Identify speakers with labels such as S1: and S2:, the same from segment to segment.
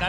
S1: The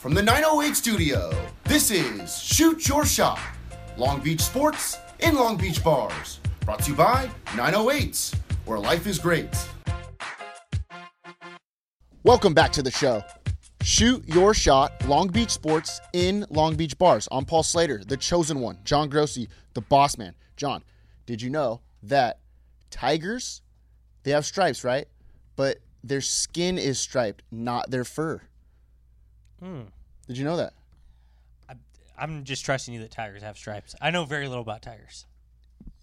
S2: from the 908 studio, this is Shoot Your Shot Long Beach Sports in Long Beach Bars. Brought to you by 908s, where life is great.
S3: Welcome back to the show. Shoot your shot, Long Beach Sports in Long Beach Bars. I'm Paul Slater, the chosen one, John Grossi, the boss man. John, did you know that tigers, they have stripes, right? But their skin is striped, not their fur. Did you know that?
S4: I'm just trusting you that tigers have stripes. I know very little about tigers.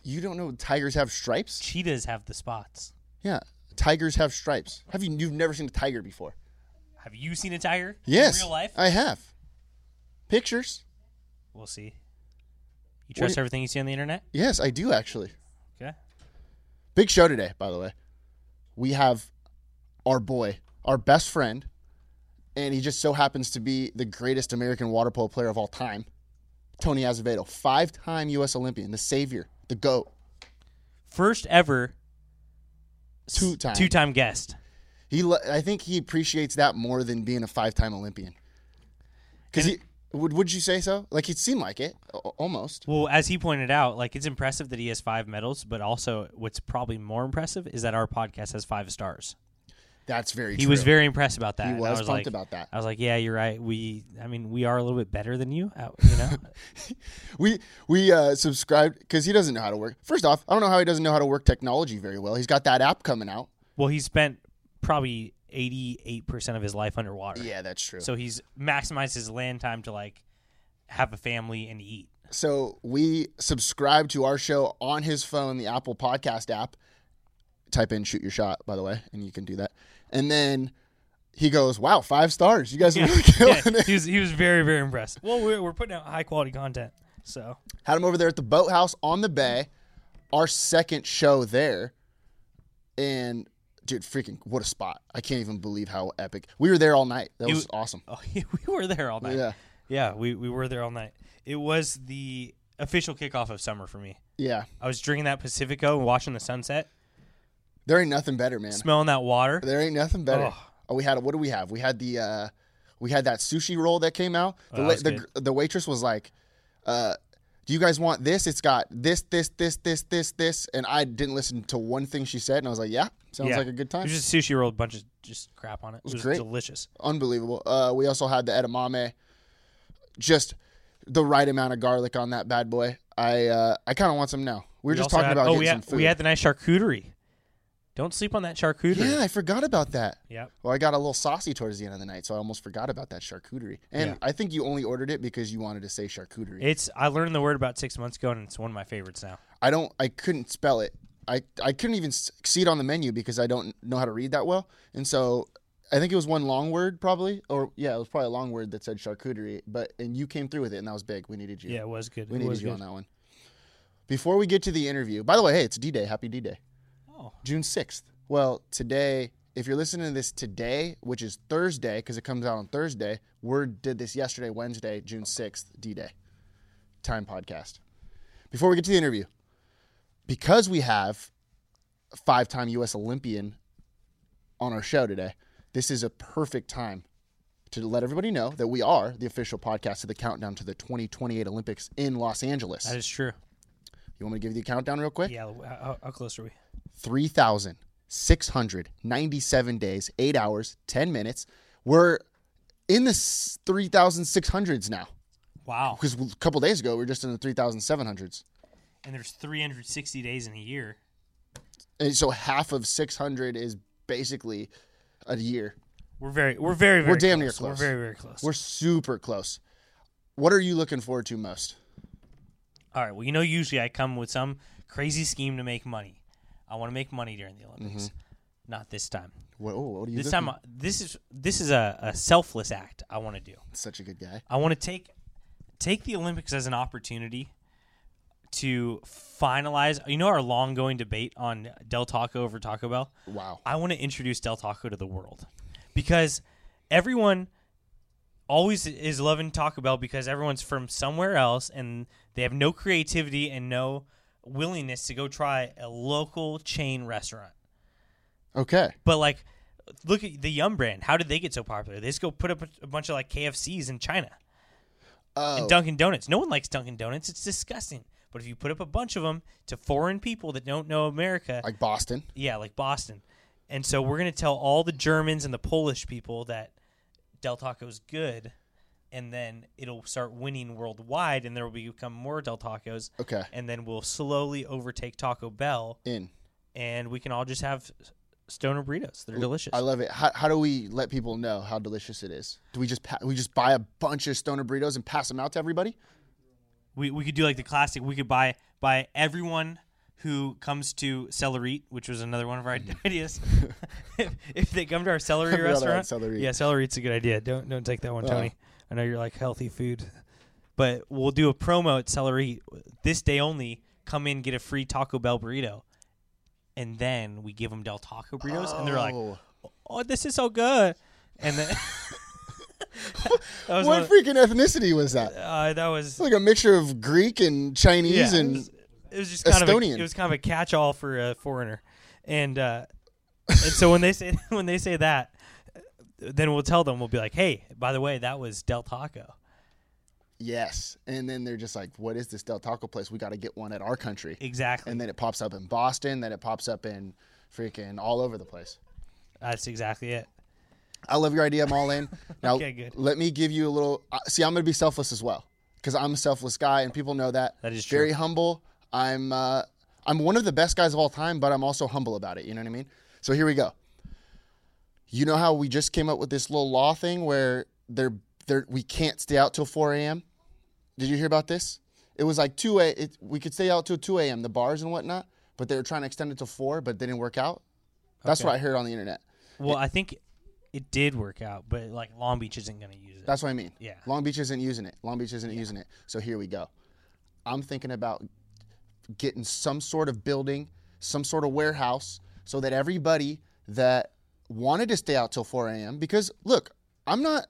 S3: You don't know tigers have stripes?
S4: Cheetahs have the spots.
S3: Yeah, tigers have stripes. Have you? You've never seen a tiger before?
S4: Have you seen a tiger?
S3: Yes.
S4: In real life?
S3: I have. Pictures?
S4: we'll see. You trust
S3: do-
S4: everything you see on the internet?
S3: Yes, I do actually.
S4: Okay.
S3: Big show today, by the way. We have our boy, our best friend, and he just so happens to be the greatest American water polo player of all time, Tony Azevedo, five-time U.S. Olympian, the savior, the goat.
S4: First ever
S3: Two-time.
S4: two time guest.
S3: He, lo- I think, he appreciates that more than being a five-time Olympian. Because he would, would you say so? Like it seemed like it, a- a- almost.
S4: Well, as he pointed out, like it's impressive that he has five medals, but also what's probably more impressive is that our podcast has five stars.
S3: That's very.
S4: He
S3: true.
S4: was very impressed about that.
S3: He
S4: and I
S3: was
S4: was
S3: pumped
S4: like,
S3: about that.
S4: I was like, yeah, you're right. We, I mean, we are a little bit better than you. uh, You know,
S3: We we uh, subscribed because he doesn't know how to work. First off, I don't know how he doesn't know how to work technology very well. He's got that app coming out.
S4: well, he spent probably 88 percent of his life underwater.
S3: Yeah, that's true. So,
S4: So he's maximized his land time to like have a family and eat.
S3: we subscribe to our show on his phone, the Apple Podcast app. Type in "shoot your shot," by the way, and you can do that. And then he goes, "Wow, five stars! You guys are really killing
S4: Yeah,
S3: it."
S4: he was he was very very impressed. Well, we're, we're putting out high quality content, so
S3: Had him over there at the boathouse on the bay, our second show there. And dude, freaking what a spot. I can't even believe how epic. We were there all night. That
S4: It
S3: was
S4: w-
S3: awesome.
S4: oh, yeah, we were there all night.
S3: Yeah.
S4: yeah, we we were there all night. It was the official kickoff of summer for me.
S3: Yeah.
S4: I was drinking that Pacifico and watching the sunset,
S3: There ain't nothing better, man.
S4: smelling that water.
S3: There ain't nothing better.
S4: Ugh.
S3: Oh, we had what do we have? We had the uh we had that sushi roll that came out. The
S4: Oh,
S3: la-
S4: that's
S3: the,
S4: good.
S3: gr- the waitress was like, uh, "Do you guys want this? It's got this, this, this, this, this, this." And I didn't listen to one thing she said, and I was like, "Yeah, sounds
S4: Yeah.
S3: like a good time."
S4: It was just sushi rolled, bunch of just crap on it. It was,
S3: great.
S4: delicious.
S3: Unbelievable. Uh, we also had the edamame, just the right amount of garlic on that bad boy. I uh, I kind of want some now. We were just
S4: also
S3: talking
S4: had-
S3: about
S4: oh,
S3: getting
S4: we
S3: some
S4: had,
S3: food.
S4: We had the nice charcuterie. Don't sleep on that charcuterie.
S3: yeah, I forgot about that.
S4: Yep.
S3: Well, I got a little saucy towards the end of the night, so I almost forgot about that charcuterie. And
S4: Yeah.
S3: I think you only ordered it because you wanted to say charcuterie.
S4: It's I learned the word about six months ago, and it's one of my favorites now.
S3: I don't. I couldn't spell it. I I couldn't even s- see it on the menu because I don't know how to read that well. And so I think it was one long word, probably, or yeah, it was probably a long word that said charcuterie. But and you came through with it, and that was big. We needed you.
S4: Yeah, it was good.
S3: we
S4: it
S3: needed
S4: was
S3: you
S4: good.
S3: on that one. Before we get to the interview, by the way, hey, it's D Day. Happy D Day.
S4: Oh.
S3: June sixth. Well, today, if you're listening to this today, which is Thursday, because it comes out on Thursday, Word did this yesterday, Wednesday, June sixth, D Day. Time podcast. Before we get to the interview, because we have a five-time U.S. Olympian on our show today, this is a perfect time to let everybody know that we are the official podcast of the countdown to the 2028 Olympics in Los Angeles.
S4: That is true.
S3: you want me to give you the countdown real quick?
S4: Yeah, how, how close are we?
S3: 3,697 days, 8 hours, 10 minutes. We're in the s- 3,600s now
S4: Wow.
S3: because a couple days ago we were just in the 3,700s.
S4: And there's 360 days in a year.
S3: And so half of 600 is basically a year.
S4: We're very, we're very, very
S3: We're damn near
S4: close.
S3: close.
S4: We're very, very close.
S3: We're super close. What are you looking forward to most?
S4: All right. Well, you know, usually I come with some crazy scheme to make money. I want to make money during the Olympics. Not this time.
S3: What, oh, what do you
S4: This
S3: think?
S4: time, I- this Mm-hmm. is this is a, a selfless act I want to do.
S3: Such a good guy.
S4: I want to take take the Olympics as an opportunity to finalize. You know our long going debate on Del Taco over Taco Bell.
S3: Wow.
S4: I want to introduce Del Taco to the world because everyone always is loving Taco Bell because everyone's from somewhere else and they have no creativity and no willingness to go try a local chain restaurant.
S3: Okay.
S4: But like, look at the Yum brand. How did they get so popular? They just go put up a- a bunch of like KFCs in China
S3: Oh.
S4: and Dunkin' Donuts. No one likes Dunkin' Donuts. It's disgusting. But if you put up a bunch of them to foreign people that don't know America,
S3: Like Boston.
S4: yeah, like Boston. And so we're gonna tell all the Germans and the Polish people that Del Taco's good, and then it'll start winning worldwide, and there will become more Del Tacos.
S3: Okay.
S4: And then we'll slowly overtake Taco Bell,
S3: In.
S4: and we can all just have s- stoner burritos. They're delicious.
S3: I love it. How, how do we let people know how delicious it is? Do we just pa- we just buy a bunch of stoner burritos and pass them out to everybody?
S4: we we could do like the classic. We could buy buy everyone who comes to Celery, which was another one of our ideas. if, if they come to our Celery
S3: forgot about
S4: restaurant,
S3: Celery.
S4: yeah, Celery's a good idea. Don't don't take that one, Tony. I know you're like healthy food, but we'll do a promo at Celery this day only. Come in, get a free Taco Bell burrito, and then we give them Del Taco burritos, and they're like,
S3: Oh.
S4: "Oh, this is so good," and then. that was one
S3: What
S4: of-
S3: freaking ethnicity was that? It's
S4: uh, that was
S3: like a mixture of Greek and Chinese
S4: Yeah,
S3: and
S4: it was, it was just kind Of
S3: Estonian.
S4: a, it was kind of a catch-all for a foreigner, and uh, and so when they say when they say that, then we'll tell them we'll be like, hey, by the way, that was Del Taco.
S3: yes. And then they're just like, what is this Del Taco place? We got to get one at our country.
S4: Exactly.
S3: And then it pops up in Boston. Then it pops up in freaking all over the place.
S4: That's exactly it.
S3: I love your idea. I'm all in. Now,
S4: Okay, good.
S3: let me give you a little. Uh, see, I'm going to be selfless as well because I'm a selfless guy, and people know that.
S4: That is true.
S3: very humble. I'm uh, I'm one of the best guys of all time, but I'm also humble about it. You know what I mean? So here we go. You know how we just came up with this little law thing where they're, they're we can't stay out till 4 a.m. Did you hear about this? It was like 2 a. It, we could stay out till 2 a.m. The bars and whatnot, but they were trying to extend it to four, but they didn't work out. That's what I heard on the internet.
S4: Well, I think it did work out, but like Long Beach isn't going to use it.
S3: That's what I mean.
S4: Yeah.
S3: Long Beach isn't using it. Long Beach isn't using it. So here we go. I'm thinking about getting some sort of building, some sort of warehouse, so that everybody that wanted to stay out till 4 a.m. Because look, I'm not.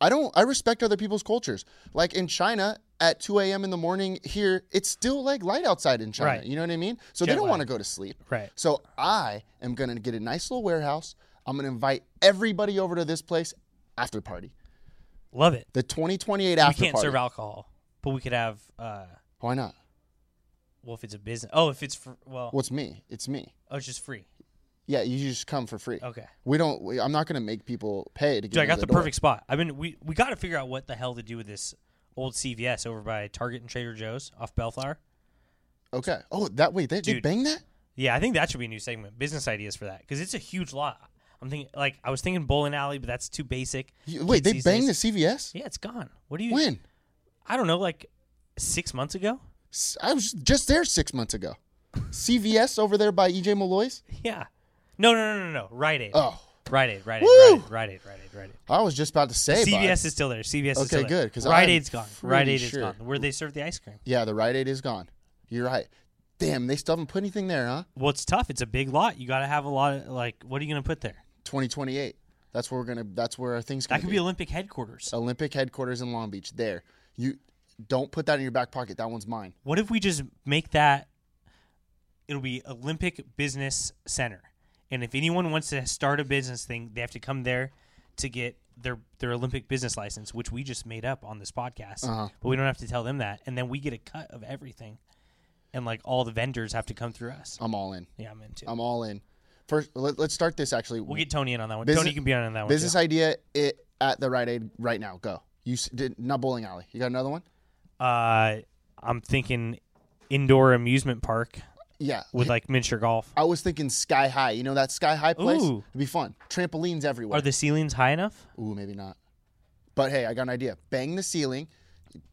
S3: I don't. I respect other people's cultures. Like in China, at 2 a.m. in the morning here, it's still like light outside in China.
S4: Right.
S3: You know what I mean? So they
S4: Jet
S3: don't
S4: lag.
S3: want to go to sleep.
S4: Right.
S3: So I am going to get a nice little warehouse. I'm going to invite everybody over to this place after party.
S4: Love it.
S3: The 2028
S4: We
S3: after
S4: can't
S3: party.
S4: serve alcohol, but we could have. Uh,
S3: Why not?
S4: well, if it's a business. Oh, if it's fr- well,
S3: Well, it's me. It's me.
S4: oh, it's just free.
S3: Yeah, you just come for free.
S4: Okay.
S3: We don't. We, I'm not going to make people pay to get.
S4: Dude, I
S3: into
S4: got the
S3: door.
S4: perfect spot. I mean, we we got to figure out what the hell to do with this old CVS over by Target and Trader Joe's off Bellflower.
S3: Okay. Oh, that wait, they did
S4: Dude.
S3: bang that.
S4: Yeah, I think that should be a new segment. Business ideas for that because it's a huge lot. I'm thinking like I was thinking bowling alley, but that's too basic.
S3: You- wait, they
S4: Kids these
S3: banged the
S4: days-
S3: CVS.
S4: Yeah, it's gone. What do you?
S3: When?
S4: I don't know, like six months ago.
S3: S- I was just there six months ago. CVS over there by EJ Malloy's.
S4: Yeah. No, no, no, no, no. Rite Aid.
S3: Oh,
S4: Rite Aid. Rite Aid.
S3: Woo!
S4: Rite Aid. Rite Aid. Rite Aid. Rite Aid.
S3: I was just about to say. bud.
S4: CVS is still there. CVS is
S3: Okay,
S4: still there.
S3: good, 'cause
S4: Rite
S3: I'm
S4: Aid's gone. Rite
S3: pretty
S4: Aid is
S3: sure.
S4: gone. Where they serve the ice cream.
S3: Yeah, the Rite Aid is gone. You're right. Damn, they still haven't put anything there, huh?
S4: Well, it's tough. It's a big lot. You got to have a lot of like. What are you gonna put there?
S3: 2028. That's where we're gonna. That's where our things.
S4: That could be Olympic headquarters.
S3: Olympic headquarters in Long Beach. There. You don't put that in your back pocket. That one's mine.
S4: What if we just make that? It'll be Olympic Business Center, and if anyone wants to start a business thing, they have to come there to get their their Olympic business license, which we just made up on this podcast.
S3: Uh-huh.
S4: But we don't have to tell them that, and then we get a cut of everything, and like all the vendors have to come through us.
S3: I'm all in.
S4: yeah, I'm into.
S3: I'm all in. First, let, us start this actually.
S4: we'll get Tony in on that one.
S3: Business-
S4: Tony can be on that one.
S3: business
S4: too.
S3: idea it at the Rite Aid right now. Go. You s- did not bowling alley. You got another one?
S4: Uh, I'm thinking indoor amusement park
S3: Yeah.
S4: with like miniature golf.
S3: I was thinking sky high. You know that sky high place?
S4: Ooh.
S3: It'd be fun. Trampolines everywhere.
S4: Are the ceilings high enough?
S3: Ooh, maybe not. But hey, I got an idea. Bang the ceiling,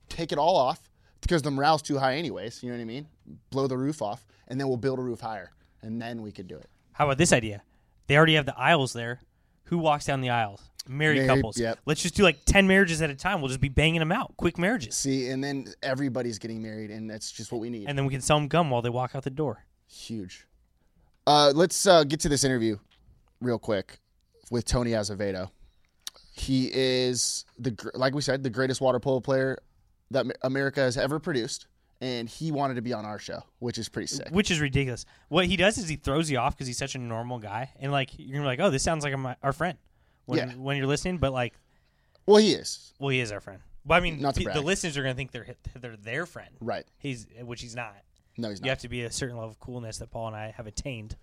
S3: take it all off because the morale's too high anyways. You know what I mean? Blow the roof off, and then we'll build a roof higher, and then we could do it.
S4: How about this idea? They already have the aisles there. Who walks down the aisles? Married,
S3: Married,
S4: couples.
S3: yep.
S4: Let's just do like 10 marriages at a time. We'll just be banging them out. Quick marriages.
S3: See, and then everybody's getting married, and that's just what we need.
S4: And then we can sell them gum while they walk out the door.
S3: Huge. Uh, let's uh, get to this interview real quick with Tony Azevedo. He is the gr- like we said the greatest water polo player that Ma- America has ever produced, and he wanted to be on our show, which is pretty sick.
S4: which is ridiculous. What he does is he throws you off because he's such a normal guy, and like you're gonna be like, oh, this sounds like my, our friend when
S3: Yeah.
S4: when you're listening, but like,
S3: Well, he is
S4: well, he is our friend. But I mean,
S3: Not to
S4: pe- the
S3: brag.
S4: listeners are gonna think they're hi- they're their friend,
S3: right.
S4: He's which he's not.
S3: No, he's
S4: You
S3: not.
S4: have to be a certain level of coolness that Paul and I have attained,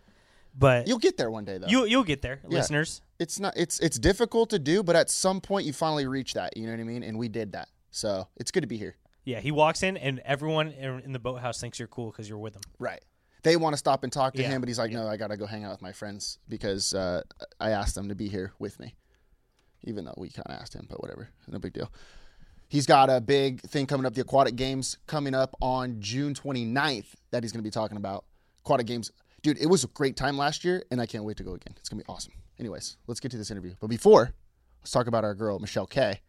S4: but
S3: You'll get there one day, though.
S4: you you'll get there, listeners.
S3: it's not it's it's difficult to do, but at some point you finally reach that. You know what I mean? And we did that, so it's good to be here.
S4: Yeah, he walks in and everyone in in the boathouse thinks you're cool because you're with him.
S3: Right. They want to stop and talk to
S4: Yeah.
S3: him, but he's like, no, I got to go hang out with my friends because uh, I asked them to be here with me. Even though we kind of asked him, but whatever. No big deal. He's got a big thing coming up, the Aquatic Games coming up on June 29th that he's going to be talking about. Aquatic Games. Dude, it was a great time last year, and I can't wait to go again. It's going to be awesome. Anyways, let's get to this interview. But before, let's talk about our girl, Michelle Kay.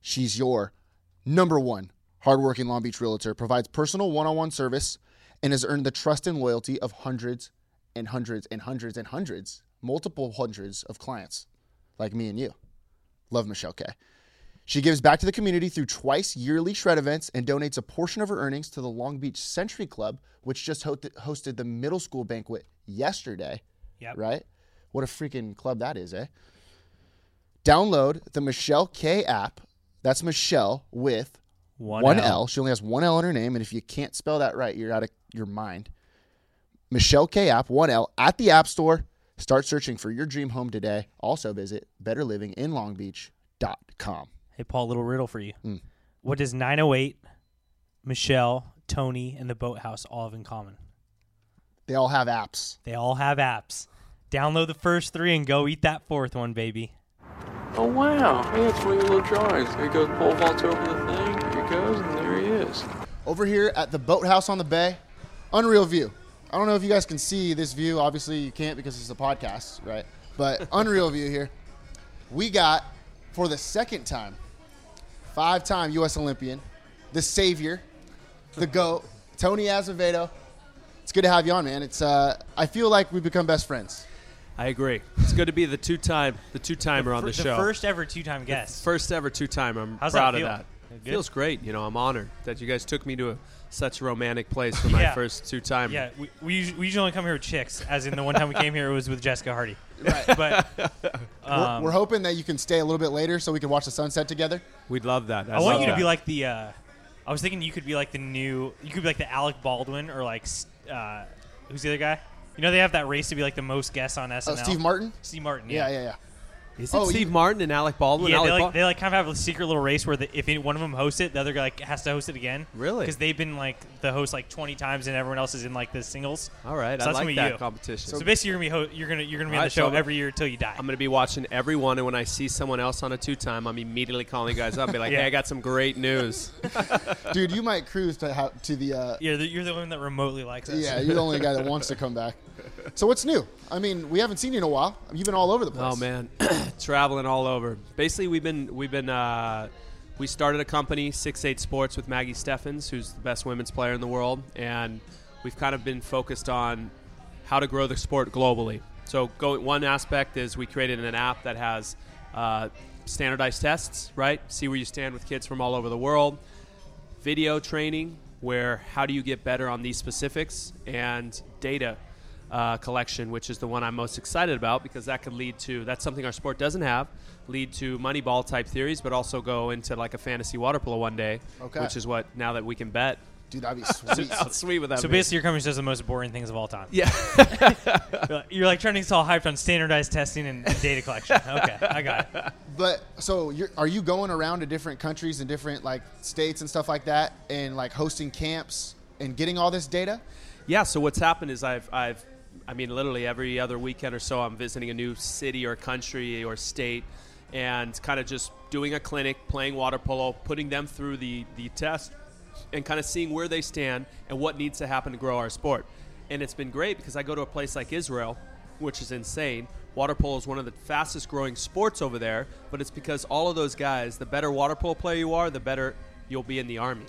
S3: She's your number one hardworking Long Beach realtor, provides personal one on one service, and has earned the trust and loyalty of hundreds and hundreds and hundreds and hundreds, multiple hundreds of clients like me and you. Love Michelle K. She gives back to the community through twice yearly shred events and donates a portion of her earnings to the Long Beach Century Club, which just ho- hosted the middle school banquet yesterday.
S4: Yep.
S3: Right? What a freaking club that is, eh? Download the Michelle K app. That's Michelle with
S4: One,
S3: one
S4: L.
S3: L. She only has one L in her name, and if you can't spell that right, you're out of your mind. Michelle K app, one L at the App Store. Start searching for your dream home today. Also visit betterlivinginlongbeach.com.
S4: Hey, Paul, little riddle for you. What does 908, Michelle, Tony, and the boathouse all have in common?
S3: They all have apps.
S4: They all have apps. Download the first three and go eat that fourth one, baby.
S5: Oh wow! Hey, it's one of your little drawings. There goes pole vaults over the thing. There he goes, and there he is.
S3: Over here at the boathouse on the bay, unreal view. I don't know if you guys can see this view. Obviously, you can't because it's a podcast, right? But unreal view here. We got, for the second time, five time U.S. Olympian, the savior, the GOAT, Tony Azevedo. It's good to have you on, man. It's uh, I feel like we've become best friends.
S6: I agree. It's good to be the two time the two timer on the,
S4: Fir-
S6: show.
S4: first ever two time guest.
S6: First ever two timer. I'm
S4: How's that
S6: proud
S4: feel?
S6: of that.
S4: Good?
S6: Feels great. You know, I'm honored that you guys took me to a, such a romantic place for my
S4: Yeah.
S6: first two timer.
S4: yeah, we, we, usually, we usually only come here with chicks, as in the one time we came here, it was with Jessica Hardy.
S3: Right.
S4: But
S3: we're, we're hoping that you can stay a little bit later so we can watch the sunset together.
S6: We'd love that.
S4: I want
S6: love
S4: you to be
S6: that.
S4: like the. Uh, I was thinking you could be like the new. You could be like the Alec Baldwin or like. s- Uh, who's the other guy? You know, they have that race to be like the most guests on SNL.
S3: Oh, Steve Martin.
S4: Steve Martin,
S3: Yeah, yeah, yeah.
S6: Is it
S3: oh,
S6: Steve
S3: you-
S6: Martin and Alec Baldwin?
S4: Yeah,
S6: Alec
S4: they like,
S6: Bal-
S4: they like kind of have a secret little race where the, if any, one of them hosts it, the other guy like, has to host it again.
S6: Really?
S4: Because they've been like the host like twenty times, and everyone else is in like the singles.
S6: All right,
S4: so that's
S6: I
S4: gonna
S6: like
S4: be
S6: that
S4: you.
S6: competition.
S4: So basically, you're gonna be ho- you're gonna you're gonna be on
S6: All
S4: the
S6: right,
S4: show
S6: so I'm-
S4: every year till you die.
S6: I'm going to be watching everyone, and when I see someone else on a two time, I'm immediately calling you guys up. Be like,
S4: Yeah.
S6: hey, I got some great news.
S3: Dude, you might cruise to how, to the uh,
S4: you're, the, you're the one that remotely likes us.
S3: Yeah, you're the only guy that wants to come back. So what's new? I mean, we haven't seen you in a while. You've been all over the place.
S6: Oh man, traveling all over. Basically, we've been we've been uh, we started a company, Six Eight Sports, with Maggie Steffens, who's the best women's player in the world, and we've kind of been focused on how to grow the sport globally. So, go, one aspect is we created an app that has uh, standardized tests, right? See where you stand with kids from all over the world video training where how do you get better on these specifics and data uh, collection which is the one i'm most excited about because that could lead to that's something our sport doesn't have lead to moneyball type theories but also go into like a fantasy water polo one day
S3: Okay.
S6: which is what now that we can bet
S3: Dude, that'd be sweet.
S6: how sweet would that
S4: So
S6: be
S4: basically, your company does the most boring things of all time.
S6: yeah
S4: You're like- You're like trying to get all hyped on standardized testing and and data collection. Okay, I got it.
S3: but so you're, are you going around to different countries and different like states and stuff like that and like hosting camps and getting all this data?
S6: Yeah. So what's happened is I've I've I mean literally every other weekend or so I'm visiting a new city or country or state and kind of just doing a clinic, playing water polo, putting them through the the test and kind of seeing where they stand and what needs to happen to grow our sport. And it's been great because I go to a place like Israel which is insane. Water polo is one of the fastest growing sports over there, but it's because all of those guys, the better water polo player you are, the better you'll be in the army.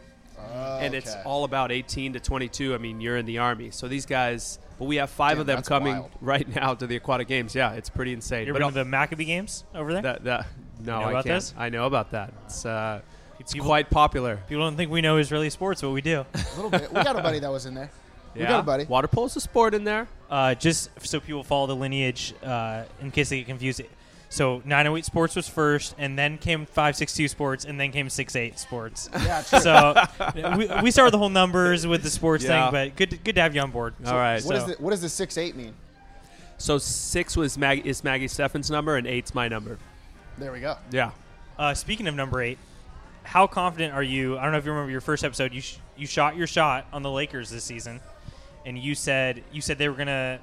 S6: and it's
S3: okay.
S6: all about 18 to 22. I mean, you're in the army. So these guys, but we have five
S2: Damn,
S6: of them
S2: that's
S6: coming
S2: wild.
S6: right now to the aquatic games. Yeah, it's pretty insane.
S4: You're
S6: but
S4: going to the Maccabee games over there?
S6: that, that no,
S4: know
S6: I
S4: about
S6: can't.
S4: this?
S6: I know about that. It's uh, it's
S4: People-
S6: quite popular.
S4: People don't think we know Israeli sports, but we do.
S3: A little bit. We got a buddy that was in there. We
S6: yeah.
S3: got a buddy.
S6: Water polo's a sport in there.
S4: uh, just so people follow the lineage uh, in case they get confused. So 908 Sports was first, and then came 562 Sports, and then came 68 Sports.
S3: Yeah, true.
S4: so we, we started the whole numbers with the sports
S6: Yeah.
S4: thing, but good to, good to have you on board.
S6: All right.
S3: What
S6: So,
S3: does the what does the six eight mean?
S6: so six was Mag- is Maggie Steffen's number, and eight's my number.
S3: There we go.
S6: Yeah.
S4: Uh, speaking of number eight, how confident are you? I don't know if you remember your first episode. You sh- you shot your shot on the Lakers this season, and you said you said they were gonna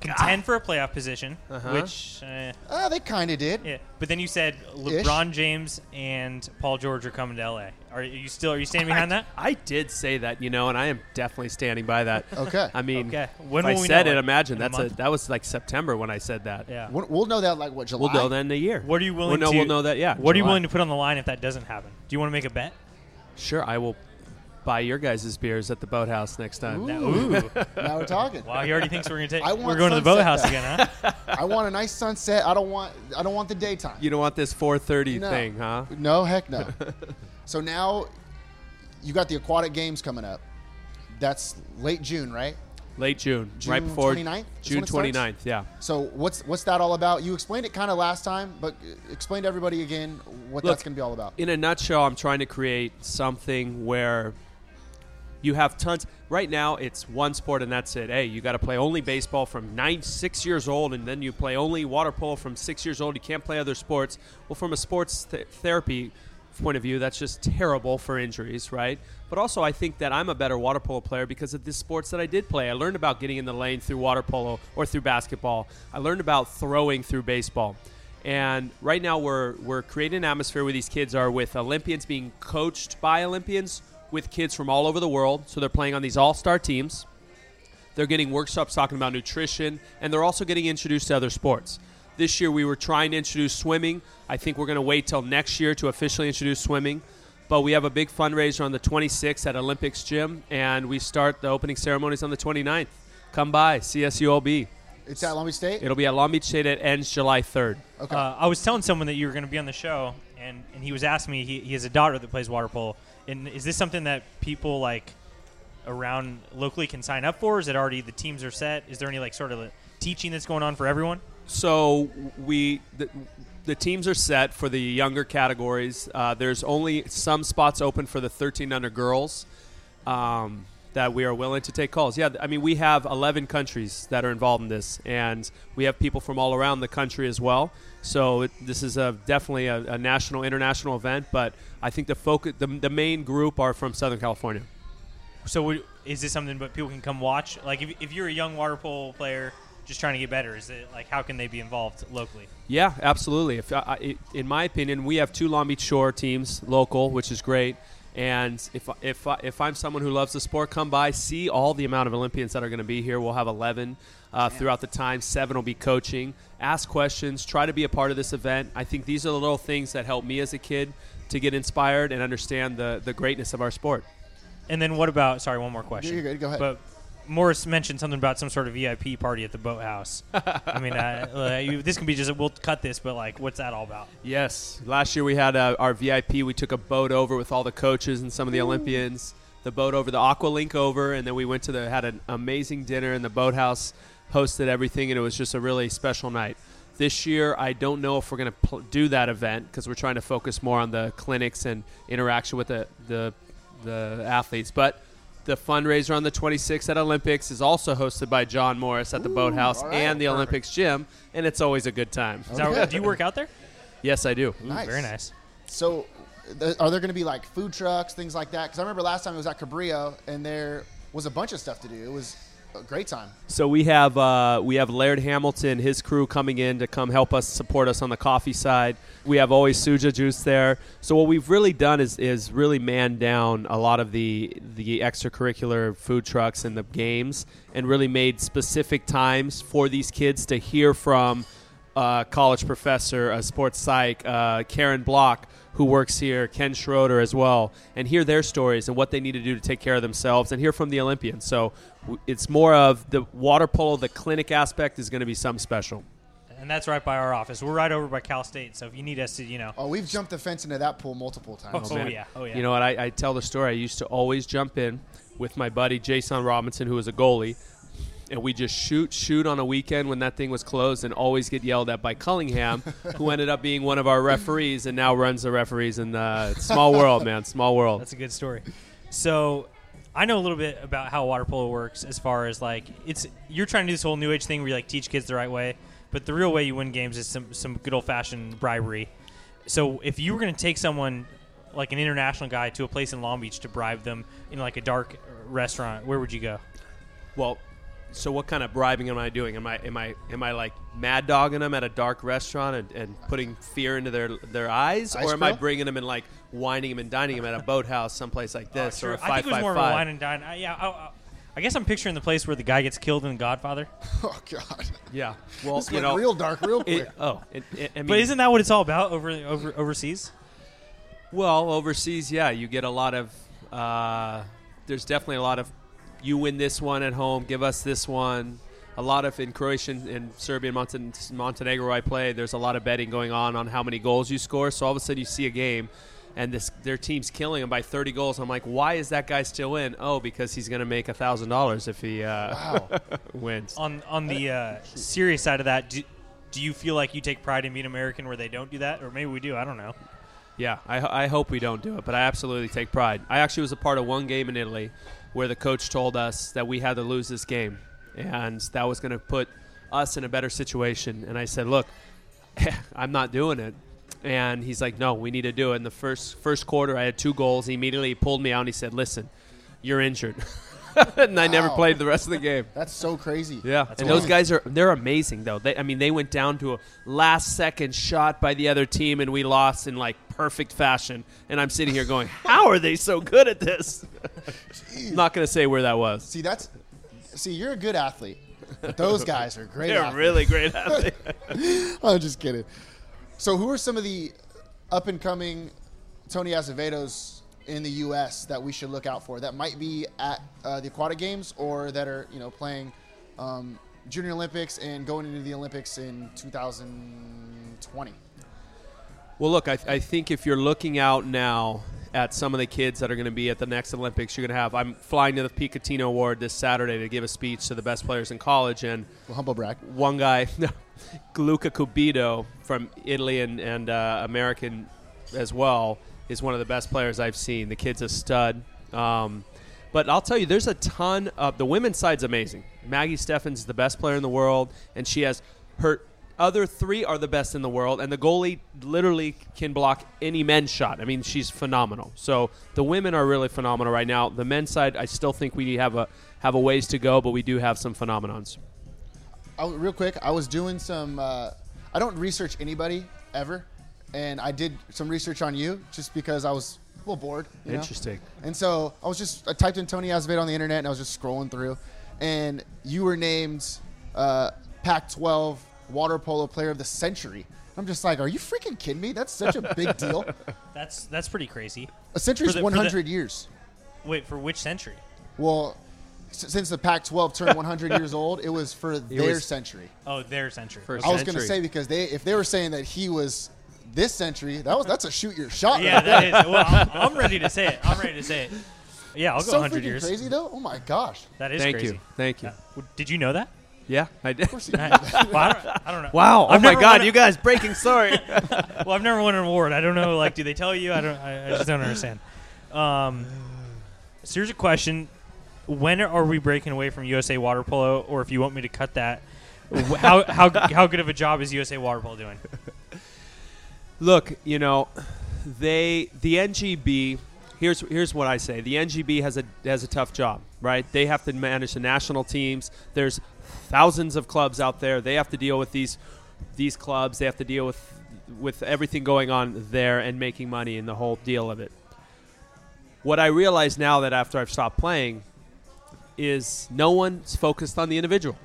S4: contend for a playoff position,
S6: Uh-huh.
S4: which. Uh,
S3: Uh, they kind of did.
S4: Yeah, but then you said LeBron James and Paul George are coming to L.A. Are you still? Are you standing behind that?
S6: I did say that, you know, and I am definitely standing by that.
S3: Okay.
S6: I mean,
S4: Okay.
S6: when
S4: When
S6: if I
S4: will we
S6: said
S4: know
S6: it,
S4: it?
S6: imagine
S4: In a
S6: that's a,
S4: month?
S6: that was like September when I said that.
S4: Yeah.
S3: We'll, we'll know that like what July.
S6: We'll know that in a year.
S4: What are you willing
S6: we'll know,
S4: to?
S6: We'll know that. Yeah.
S4: What are you
S6: July.
S4: willing to put on the line if that doesn't happen? Do you want to make a bet?
S6: Sure, I will buy your guys' beers at the boathouse next time.
S3: Ooh. now we're talking.
S4: Wow, he already thinks we're gonna take.
S3: I
S4: We're
S3: want
S4: going to the
S3: sunset,
S4: boathouse
S3: though.
S4: again, huh?
S3: I want a nice sunset. I don't want I don't want the daytime.
S6: You don't want this 4:30
S3: No.
S6: thing, huh?
S3: No, heck no. so now you got the aquatic games coming up. That's late June, right?
S6: Late June, right
S3: June
S6: before
S3: 29th? Is when
S6: June
S3: it starts?
S6: 29th. Yeah.
S3: So what's what's that all about? You explained it kind of last time, but uh, explain to everybody again what
S6: Look,
S3: that's going to be all about.
S6: In a nutshell, I'm trying to create something where you have tons. Right now, it's one sport and that's it. Hey, you got to play only baseball from nine, six years old, and then you play only water polo from six years old. You can't play other sports. Well, from a sports th- therapy point of view, that's just terrible for injuries, right? But also, I think that I'm a better water polo player because of the sports that I did play. I learned about getting in the lane through water polo or through basketball. I learned about throwing through baseball. And right now, we're we're creating an atmosphere where these kids are with Olympians being coached by Olympians with kids from all over the world. So they're playing on these all star teams. They're getting workshops talking about nutrition, and they're also getting introduced to other sports. This year, we were trying to introduce swimming. I think we're going to wait till next year to officially introduce swimming. But we have a big fundraiser on the 26th at Olympics Gym, and we start the opening ceremonies on the 29th. Come by, CSULB.
S3: It's at Long Beach State.
S6: It'll be at Long Beach State. It ends July 3rd.
S3: Okay.
S4: Uh, I was telling someone that you were going to be on the show, and, and he was asking me. He, he has a daughter that plays water polo, and is this something that people like around locally can sign up for? Is it already the teams are set? Is there any like sort of like, teaching that's going on for everyone?
S6: So we the, the teams are set for the younger categories. Uh, there's only some spots open for the 13 under girls um, that we are willing to take calls. Yeah, I mean we have 11 countries that are involved in this, and we have people from all around the country as well. So it, this is a, definitely a, a national, international event. But I think the focus, the, the main group are from Southern California.
S4: So would, is this something that people can come watch? Like if, if you're a young water polo player just trying to get better, is it like how can they be involved locally?
S6: Yeah, absolutely. If I, I, in my opinion, we have two Long Beach Shore teams local, which is great. And if if I- if I'm someone who loves the sport, come by, see all the amount of Olympians that are going to be here. We'll have 11 uh, throughout the time. Seven will be coaching. Ask questions. Try to be a part of this event. I think these are the little things that helped me as a kid to get inspired and understand the the greatness of our sport.
S4: And then what about? Sorry, one more question.
S3: You're good, go ahead.
S4: But Morris mentioned something about some sort of VIP party at the boathouse. I mean, uh, uh, you, this can be just we'll cut this, but like, what's that all about?
S6: Yes. Last year we had uh, our VIP. We took a boat over with all the coaches and some of the Olympians. The boat over, the Aqualink over, and then we went to the had an amazing dinner in the boathouse, hosted everything, and it was just a really special night. This year, I don't know if we're going to pl- do that event because we're trying to focus more on the clinics and interaction with the the, the athletes. But the fundraiser on the 26th at Olympics is also hosted by John Morris at the Boathouse
S3: all right. Oh.
S6: and the Olympics gym, and it's always a good time.
S4: Is that-
S3: Okay.
S4: do you work out there?
S6: Yes, I do.
S4: Ooh,
S3: Nice.
S4: Very nice.
S3: So, th- are there going to be like food trucks, things like that? Because I remember last time it was at Cabrillo, and there was a bunch of stuff to do. It was uh, a great time.
S6: So we have uh, we have Laird Hamilton, his crew coming in to come help us support us on the coffee side. We have always Suja Juice there. So what we've really done is is really man down a lot of the the extracurricular food trucks and the games, and really made specific times for these kids to hear from a uh, college professor, a sports psych, uh, Karen Block, who works here, Ken Schroeder as well, and hear their stories and what they need to do to take care of themselves and hear from the Olympians. So w- it's more of the water polo, the clinic aspect is going to be something special.
S4: and that's right by our office. We're right over by Cal State, so if you need us to, you know,
S3: Oh, we've jumped the fence into that pool multiple times.
S4: Oh, yeah. Oh, yeah.
S6: You know what? I, I tell the story. I used to always jump in with my buddy Jason Robinson, who was a goalie, and we just shoot, shoot on a weekend when that thing was closed, and always get yelled at by Cullingham, who ended up being one of our referees and now runs the referees in the small world, man. Small world.
S4: That's a good story. So I know a little bit about how water polo works as far as like it's you're trying to do this whole new age thing where you like teach kids the right way, but the real way you win games is some some good old fashioned bribery. So if you were going to take someone like an international guy to a place in Long Beach to bribe them in like a dark restaurant, where would you go?
S6: Well, so what kind of bribing am I doing? Am I am I am I like mad dogging them at a dark restaurant and, and putting fear into their their eyes,
S3: Ice
S6: or am I
S3: grill?
S6: bringing them and like whining them and dining them at a boathouse, someplace like this, or a
S4: Oh, I
S6: five
S4: think it was
S6: five
S4: more of a wine
S6: five?
S4: and dine. I, yeah, I, I- I guess I'm picturing the place where the guy gets killed in Godfather.
S3: Oh God,
S6: Yeah. Well,
S3: this
S6: you
S3: went
S6: know,
S3: real dark real quick.
S6: it- oh, it, it- I mean,
S4: But isn't that what it's all about over over overseas?
S6: well overseas? Yeah, you get a lot of. Uh, there's definitely a lot of. You win this one at home. Give us this one. A lot of in Croatian and Serbian Monten- Montenegro where I play. There's a lot of betting going on on how many goals you score. So all of a sudden you see a game, and this their team's killing them by 30 goals. I'm like, why is that guy still in? Oh, because he's gonna make a thousand dollars if he uh, wins.
S4: on on the uh, serious side of that, do, do you feel like you take pride in being American where they don't do that, or maybe we do? I don't know.
S6: Yeah, I, I hope we don't do it, but I absolutely take pride. I actually was a part of one game in Italy where the coach told us that we had to lose this game, and that was going to put us in a better situation. And I said, "Look, I'm not doing it." And he's like, "No, we need to do it." In the first first quarter, I had two goals. He immediately pulled me out and he said, "Listen, you're injured," and I never
S3: Wow.
S6: played the rest of the game.
S3: That's so crazy.
S6: Yeah, and those guys are—they're amazing, though. They, I mean, they went down to a last-second shot by the other team, and we lost in like perfect fashion. And I'm sitting here going, "How are they so good at this?" I'm not going to say where that was.
S3: See, that's see, you're a good athlete. But those guys are great.
S6: They're
S3: athletes.
S6: really great at it.
S3: I'm just kidding. So, who are some of the up and coming Tony Azevedos in the U.S. that we should look out for that might be at uh, the Aquatic Games or that are you know playing um, Junior Olympics and going into the Olympics in 2020?
S6: Well, look, I, I think if you're looking out now at some of the kids that are going to be at the next Olympics, you're going to have. I'm flying to the Picatino Award this Saturday to give a speech to the best players in college, and
S3: Well, humble brag.
S6: one guy, Luca Cubito from Italy and, and uh, American as well, is one of the best players I've seen. The kid's a stud. Um, but I'll tell you, there's a ton of the women's side's amazing. Maggie Steffens is the best player in the world, and she has her other three are the best in the world, and the goalie literally can block any men's shot. I mean, she's phenomenal. So the women are really phenomenal right now. The men's side, I still think we have a have a ways to go, but we do have some phenomenons.
S3: I, real quick, I was doing some. Uh, I don't research anybody ever, and I did some research on you just because I was a little bored. you know?
S6: Interesting.
S3: And so I was just I typed in Tony Azevedo on the internet, and I was just scrolling through, and you were named uh, Pac-12 water polo player of the century. I'm just like, are you freaking kidding me? That's such a big deal.
S4: That's that's pretty crazy.
S3: A century's
S4: For the- for the-
S3: 100 years.
S4: Wait, for which century?
S3: Well, s- since the Pac-12 turned 100 years old, it was for their
S6: was-
S3: century.
S4: Oh, their century.
S6: First
S3: I was going to
S6: century.
S3: say because they if they were saying that he was this century, that was that's a shoot your shot.
S4: Yeah,
S3: right
S4: that is. Well, I'm, I'm ready to say it. I'm ready to say it. Yeah, I'll
S3: there.
S4: go
S3: so
S4: 100
S3: freaking
S4: years.
S3: crazy though. Oh my gosh.
S4: That is
S6: Thank
S4: crazy.
S6: you. Thank you.
S4: Uh, w- did you know that?
S6: Yeah, I did.
S4: Well, I, don't, I don't know.
S6: Wow.
S4: I've
S6: oh my
S4: never
S6: God,
S4: won a-
S6: you guys breaking story.
S4: Well, I've never won an award. I don't know. Like, do they tell you? I don't. I, I just don't understand. Um, so here's a question: When are we breaking away from USA Water Polo? Or if you want me to cut that, wh- how how how good of a job is USA Water Polo doing?
S6: Look, you know, they the NGB here's here's what I say. The NGB has a has a tough job, right? They have to manage the national teams. There's thousands of clubs out there. They have to deal with these these clubs. They have to deal with with everything going on there and making money and the whole deal of it. What I realize now that after I've stopped playing is no one's focused on the individual.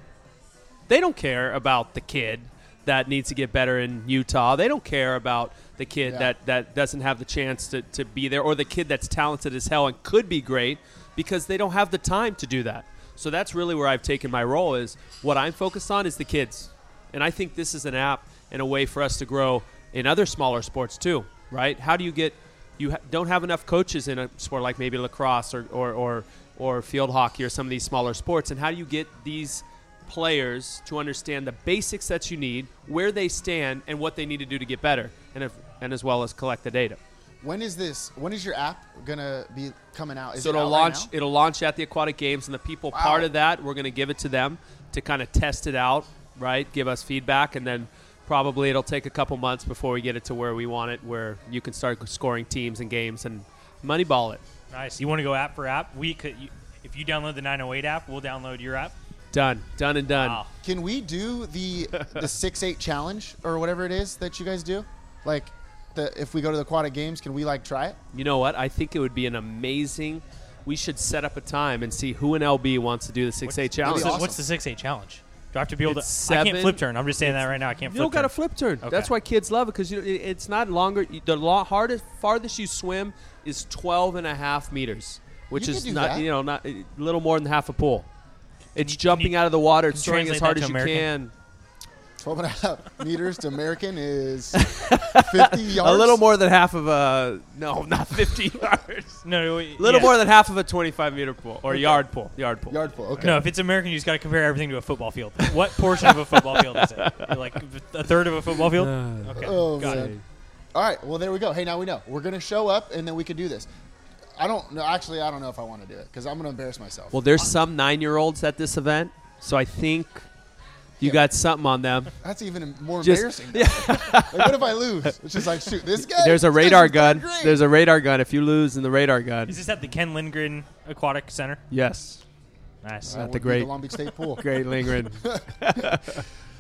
S6: They don't care about the kid that needs to get better in Utah. They don't care about the kid
S3: Yeah.
S6: that, that doesn't have the chance to, to be there or the kid that's talented as hell and could be great because they don't have the time to do that. So that's really where I've taken my role is what I'm focused on is the kids. And I think this is an app and a way for us to grow in other smaller sports too, right? How do you get you ha- don't have enough coaches in a sport like maybe lacrosse or, or, or, or field hockey or some of these smaller sports. And how do you get these players to understand the basics that you need, where they stand, and what they need to do to get better, and, if, and as well as collect the data.
S3: When is this? When is your app gonna be coming out? Is
S6: so
S3: it
S6: it'll
S3: out right
S6: launch.
S3: now?
S6: it'll launch at the Aquatic Games, and the people part of that, we're going to give it to them to kind of test it out, right? Give us feedback, and then probably it'll take a couple months before we get it to where we want it, where you can start scoring teams and games and moneyball it.
S4: Nice. You want to go app for app? We could. You, if you download the 908 app, we'll download your app. Ah.
S6: Done, done, and done.
S4: Wow.
S3: Can we do the the six eight challenge or whatever it is that you guys do? Like, the if we go to the aquatic games, can we like try it?
S6: You know what? I think it would be an amazing. We should set up a time and see who in LB wants to do the six A challenge.
S4: What's, the-
S3: awesome.
S4: what's the six eight challenge? Do I have to be able
S6: It's
S4: to? I
S6: seven-
S4: can't flip turn. I'm just saying that right now. I can't.
S6: You
S4: flip
S6: don't got
S4: turn.
S6: to flip turn.
S4: Okay.
S6: That's why kids love it because you, it- it's not longer. The lo- hardest, farthest you swim is 12 and a half meters, which
S3: You
S6: is
S3: could do
S6: not
S3: that.
S6: you know not a little more than half a pool. It's
S4: you- can
S6: jumping
S4: you-
S6: out of the water,
S4: you
S6: it's throwing as
S4: translate
S6: hard
S4: that
S6: as
S4: to
S6: you
S4: American?
S6: can.
S3: Twelve and a half meters to American is fifty yards.
S6: A little more than half of a no, not 50 yards.
S4: No, wait,
S6: A little
S4: yeah.
S6: more than half of a 25 meter pool or yard pool. Yard pool.
S3: yard full. Okay.
S4: No, if it's American, you just got to compare everything to a football field. What portion of a football field is it? You're Like a third of a football field? Okay,
S3: Oh,
S4: got
S3: man.
S4: it.
S3: All right. Well, there we go. Hey, now we know. We're gonna show up, and then we can do this. I don't know. Actually, I don't know if I want to do it because I'm gonna embarrass myself.
S6: Well, there's some nine year olds at this event, so I think you got something on them.
S3: That's even more
S6: Just-
S3: embarrassing. though. like, what if I lose? It's just like shoot this guy.
S6: There's a
S3: this guy's
S6: radar
S3: fucking
S6: gun.
S3: great.
S6: There's a radar gun. If you lose in the radar gun,
S4: Is this at the Ken Lindgren Aquatic Center?
S6: yes,
S4: Nice.
S3: That
S6: the
S3: would be
S6: great-
S3: Long Beach State pool.
S6: great Lingren.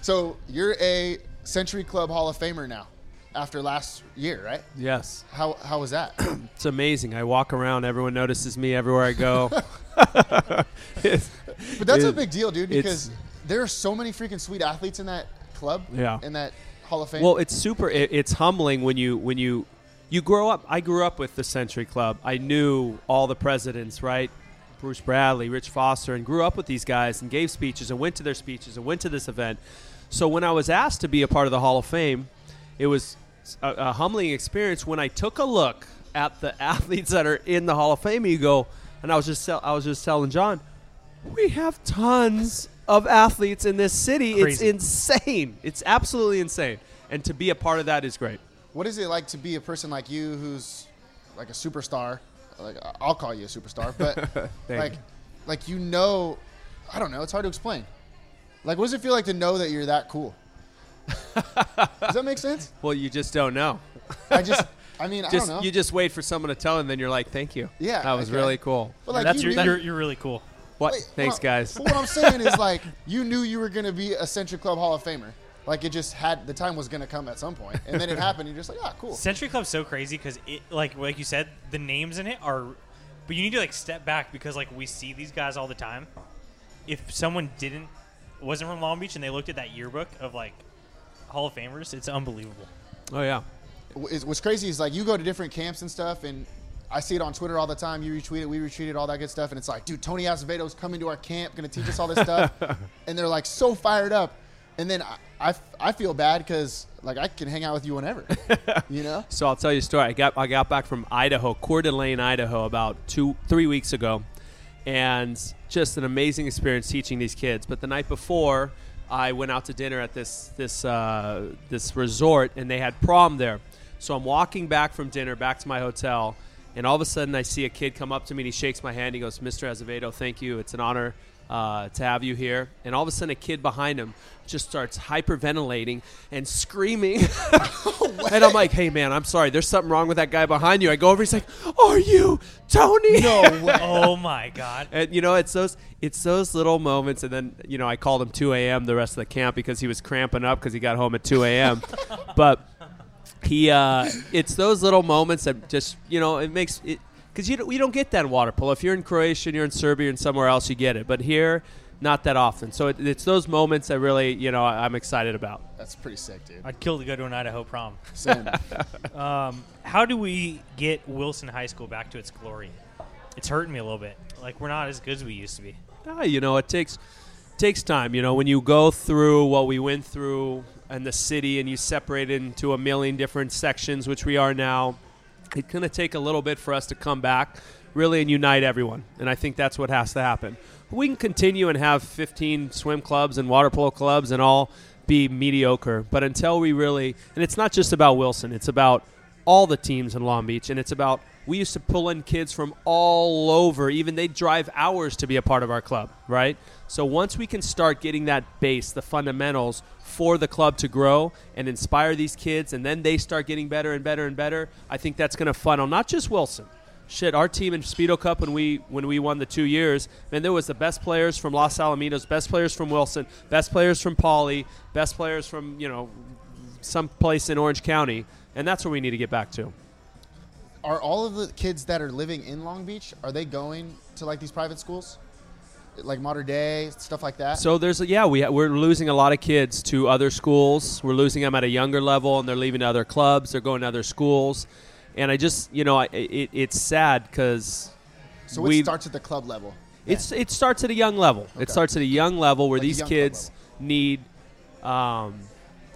S3: So you're a Century Club Hall of Famer now, after last year, right?
S6: yes,
S3: How how was that?
S6: it's amazing. I walk around. Everyone notices me everywhere I go. It's-
S3: But that's a
S6: It-
S3: big deal, dude,
S6: it's-
S3: because there are so many freaking sweet athletes in that club.
S6: Yeah.
S3: In that Hall of Fame.
S6: well, it's super. It, it's humbling when you when you you grow up. I grew up with the Century Club. I knew all the presidents, right? Bruce Bradley, Rich Foster, and grew up with these guys and gave speeches and went to their speeches and went to this event. So when I was asked to be a part of the Hall of Fame, it was a, a humbling experience when I took a look at the athletes that are in the Hall of Fame. You go, and I was just tell, I was just telling John, we have tons of athletes in this city.
S4: Crazy.
S6: It's insane. It's absolutely insane. And to be a part of that is great.
S3: what is it like to be a person like you who's like a superstar? Like I- I'll call you a superstar, but like
S6: you.
S3: like you know, I don't know. It's hard to explain. Like, what does it feel like to know that you're that cool? does that make sense?
S6: Well, you just don't know.
S3: I just, I mean, I
S6: Just
S3: don't know.
S6: you just wait for someone to tell, and then you're like, "Thank you.
S3: Yeah,
S6: that was
S3: okay.
S6: really cool."
S3: but like
S4: That's
S3: you
S4: your,
S3: knew-
S4: you're, you're really cool.
S6: What?
S3: Wait,
S6: Thanks,
S3: hold on.
S6: guys.
S3: But what I'm saying is, like, you knew you were going to be a Century Club Hall of Famer. Like, it just had the time was going to come at some point, and then it happened. You're just like, ah, cool.
S4: Century Club's so crazy because it, like, like you said, the names in it are, but you need to like step back because like we see these guys all the time. If someone didn't, wasn't from Long Beach, and they looked at that yearbook of like Hall of Famers, it's unbelievable.
S6: Oh yeah.
S3: Wh- What's crazy is like you go to different camps and stuff, and I see it on Twitter all the time. You retweet it, we retweet it, all that good stuff, and it's like, dude, Tony Acevedo's coming to our camp, going to teach us all this stuff, and they're like so fired up. And then I, I f- I feel bad because like I can hang out with you whenever, you know.
S6: So I'll tell you a story. I got I got back from Idaho, Coeur d'Alene, Idaho, about two three weeks ago, and just an amazing experience teaching these kids. But the night before, I went out to dinner at this this uh, this resort, and they had prom there. So I'm walking back from dinner back to my hotel, and all of a sudden I see a kid come up to me and he shakes my hand. He goes, "Mr. Azevedo, thank you. It's an honor uh, to have you here. And all of a sudden, a kid behind him just starts hyperventilating and screaming. and I'm like, hey, man, I'm sorry. There's something wrong with that guy behind you. I go over, he's like, are you Tony? No
S4: oh my god.
S6: And you know, it's those it's those little moments, and then you know, I called him 2 a.m. the rest of the camp because he was cramping up because he got home at 2 a.m. but he, uh, it's those little moments that just you know, it makes it because you don't, we don't get that in water polo. If you're in Croatia, and you're in Serbia, and somewhere else, you get it, but here, not that often. So it, it's those moments that really you know I, I'm excited about.
S3: That's pretty sick, dude.
S4: I'd kill to go to an Idaho prom.
S3: Same.
S4: How do we get Wilson High School back to its glory? It's hurting me a little bit. Like we're not as good as we used to be.
S6: Ah, you know, it takes takes time. You know, when you go through what we went through in the city, and you separate it into a million different sections, which we are now, it's going to take a little bit for us to come back, really, and unite everyone. And I think that's what has to happen. We can continue and have 15 swim clubs and water polo clubs and all be mediocre, but until we really, and it's not just about Wilson, it's about all the teams in Long Beach, and it's about we used to pull in kids from all over. Even they drive hours to be a part of our club, right? So once we can start getting that base, the fundamentals for the club to grow and inspire these kids, and then they start getting better and better and better, I think that's going to funnel not just Wilson. Shit, our team in Speedo Cup when we when we won the two years, man, there was the best players from Los Alamitos, best players from Wilson, best players from Pauley, best players from you know someplace in Orange County, and that's where we need to get back to.
S3: Are all of the kids that are living in Long Beach are they going to like these private schools, like modern day stuff like that?
S6: So there's a, yeah, we ha- we're losing a lot of kids to other schools. We're losing them at a younger level, and they're leaving to other clubs. They're going to other schools, and I just you know I, it, it's sad because
S3: so it
S6: we-
S3: starts at the club level.
S6: It's it starts at a young level. It starts at a young level where
S3: Like a
S6: these
S3: young club
S6: kids need, um,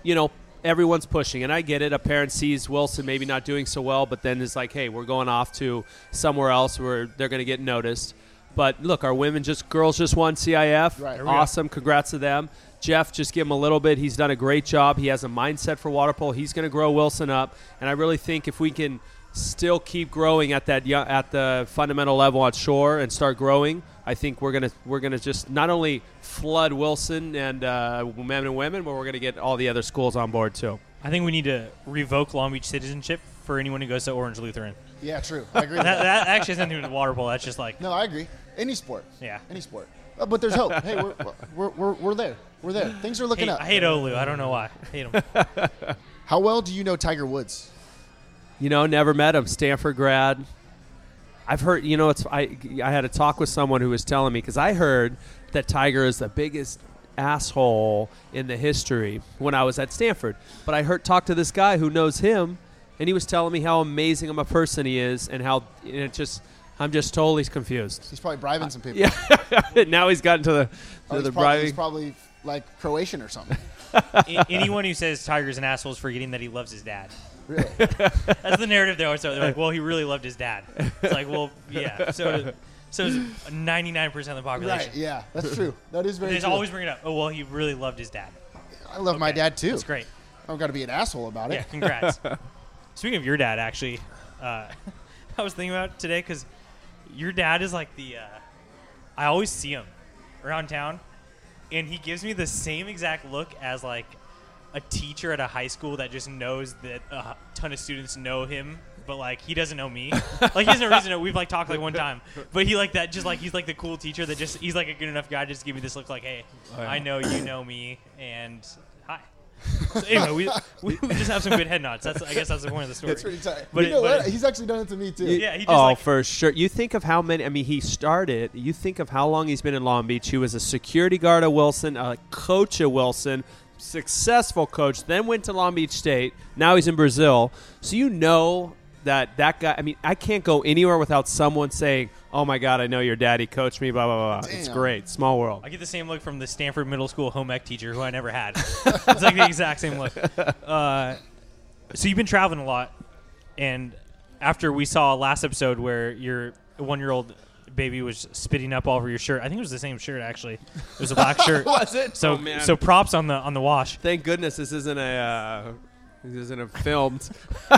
S6: you know, everyone's pushing, and I get it. A parent sees Wilson maybe not doing so well, but then is like, hey, we're going off to somewhere else where they're going to get noticed. But look, our women just girls just won CIF.
S3: Right. There we go.
S6: Awesome, congrats to them. Jeff, just give him a little bit. He's done a great job. He has a mindset for water polo. He's going to grow Wilson up, and I really think if we can still keep growing at that yo- at the fundamental level on shore and start growing, I think we're gonna we're gonna just not only flood Wilson and uh, men and women, but we're gonna get all the other schools on board too.
S4: I think we need to revoke Long Beach citizenship for anyone who goes to Orange Lutheran.
S3: Yeah, true. I agree. with
S4: That,
S3: that.
S4: that actually has nothing to do with water polo. That's just like
S3: No, I agree. Any sport.
S4: Yeah.
S3: Any sport. Uh, but there's hope. hey, we're, we're, we're, we're there. We're there. Things are looking
S4: hate,
S3: up.
S4: I hate Olu. I don't know why. I hate him.
S3: How well do you know Tiger Woods?
S6: You know, never met him. Stanford grad. I've heard. You know, it's I. I had a talk with someone who was telling me because I heard that Tiger is the biggest asshole in the history when I was at Stanford. But I heard talk to this guy who knows him, and he was telling me how amazing of a person he is, and how and it just. I'm just totally confused.
S3: He's probably bribing some people.
S6: Yeah, now he's gotten to the to
S3: Oh, he's, probably, he's
S6: the bribing.
S3: probably like Croatian or something.
S4: A- anyone who says Tiger's an asshole is forgetting that he loves his dad.
S3: Really?
S4: That's the narrative they always tell. They're like, well, he really loved his dad. It's like, well, yeah. So, so is 99% of the population.
S3: right. Yeah, that's true. That is
S4: They
S3: very
S4: just
S3: true.
S4: always bring it up. Oh, well, he really loved his dad.
S3: I love my
S4: Okay.
S3: dad too.
S4: That's great.
S3: I don't got to be an asshole about it.
S4: Yeah, congrats. Speaking of your dad, actually, uh, I was thinking about it today because your dad is like the. Uh, I always see him around town, and he gives me the same exact look as like a teacher at a high school that just knows that a h- ton of students know him. But like he doesn't know me, like he has no reason to. know- We've like talked like one time, but he like that just like he's like the cool teacher that just he's like a good enough guy. to Just give me this look like, hey, I know you know me, and hi. So anyway, we, we, we just have some good head nods. That's I guess that's the point of the story.
S3: It's pretty tight.
S4: But
S3: you
S4: it-
S3: know
S4: but
S3: what?
S4: it-
S3: He's actually done it to me too.
S4: Yeah, he just
S6: oh,
S4: like
S6: for sure. You think of how many. I mean, he started. You think of how long he's been in Long Beach. He was a security guard at Wilson, a coach at Wilson, successful coach. Then went to Long Beach State. Now he's in Brazil. So you know that that guy. I mean, I can't go anywhere without someone saying, "Oh my God, I know your daddy coached me." Blah blah blah. blah. It's
S3: Damn.
S6: great. Small world.
S4: I get the same look from the Stanford Middle School home ec teacher who I never had. it's like the exact same look. Uh, so you've been traveling a lot, and after we saw last episode where your one-year-old baby was spitting up all over your shirt, I think it was the same shirt actually. It was a black shirt.
S6: Was it?
S4: So
S6: Oh, man.
S4: so props on the on the wash.
S6: Thank goodness this isn't a. Uh, this isn't a filmed.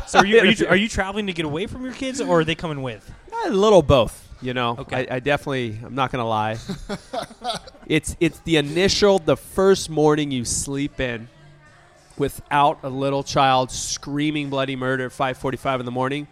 S4: So are you are you, are you traveling to get away from your kids, or are they coming with?
S6: A little both. You know,
S4: Okay.
S6: I, I definitely, I'm not gonna lie. it's it's the initial, the first morning you sleep in, without a little child screaming bloody murder at 5:45 in the morning.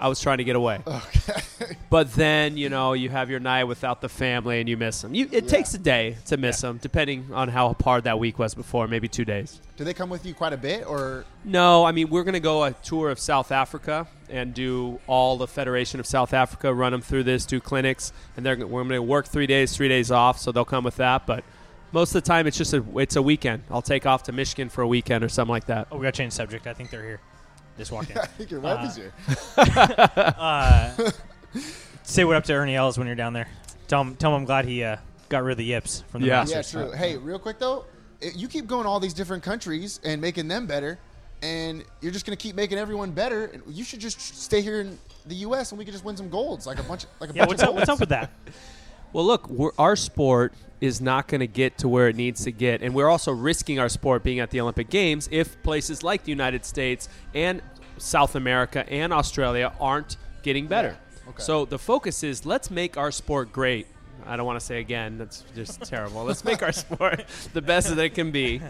S6: I was trying to get away. Okay. But then you know you have your night without the family and you miss them. You, it takes a day to miss them, depending on how hard that week was before, maybe two days.
S3: Do they come with you quite a bit, or
S6: No, I mean we're going to go a tour of South Africa and do all the Federation of South Africa, run them through this, do clinics, and they're we're going to work three days, three days off, so they'll come with that. But most of the time, it's just a it's a weekend. I'll take off to Michigan for a weekend or something like that.
S4: Oh, we got to change the subject. I think they're here. Just walked in.
S3: I think your
S4: Uh,
S3: wife is here?
S4: Say what up to Ernie Ellis when you're down there. Tell him, tell him I'm glad he uh, got rid of the yips from the
S6: Yeah.
S4: Masters.
S3: Yeah, true. Hey, real quick though, i- you keep going to all these different countries and making them better, and you're just gonna keep making everyone better. And you should just stay here in the U.S. and we could just win some golds, like a bunch, like a
S4: Yeah,
S3: bunch
S4: what's
S3: of
S4: up? What's up with that?
S6: Well, look, we're, our sport is not going to get to where it needs to get, and we're also risking our sport being at the Olympic Games if places like the United States and South America and Australia aren't getting better. So the focus is let's make our sport great. I don't want to say again; that's just terrible. Let's make our sport the best that it can be,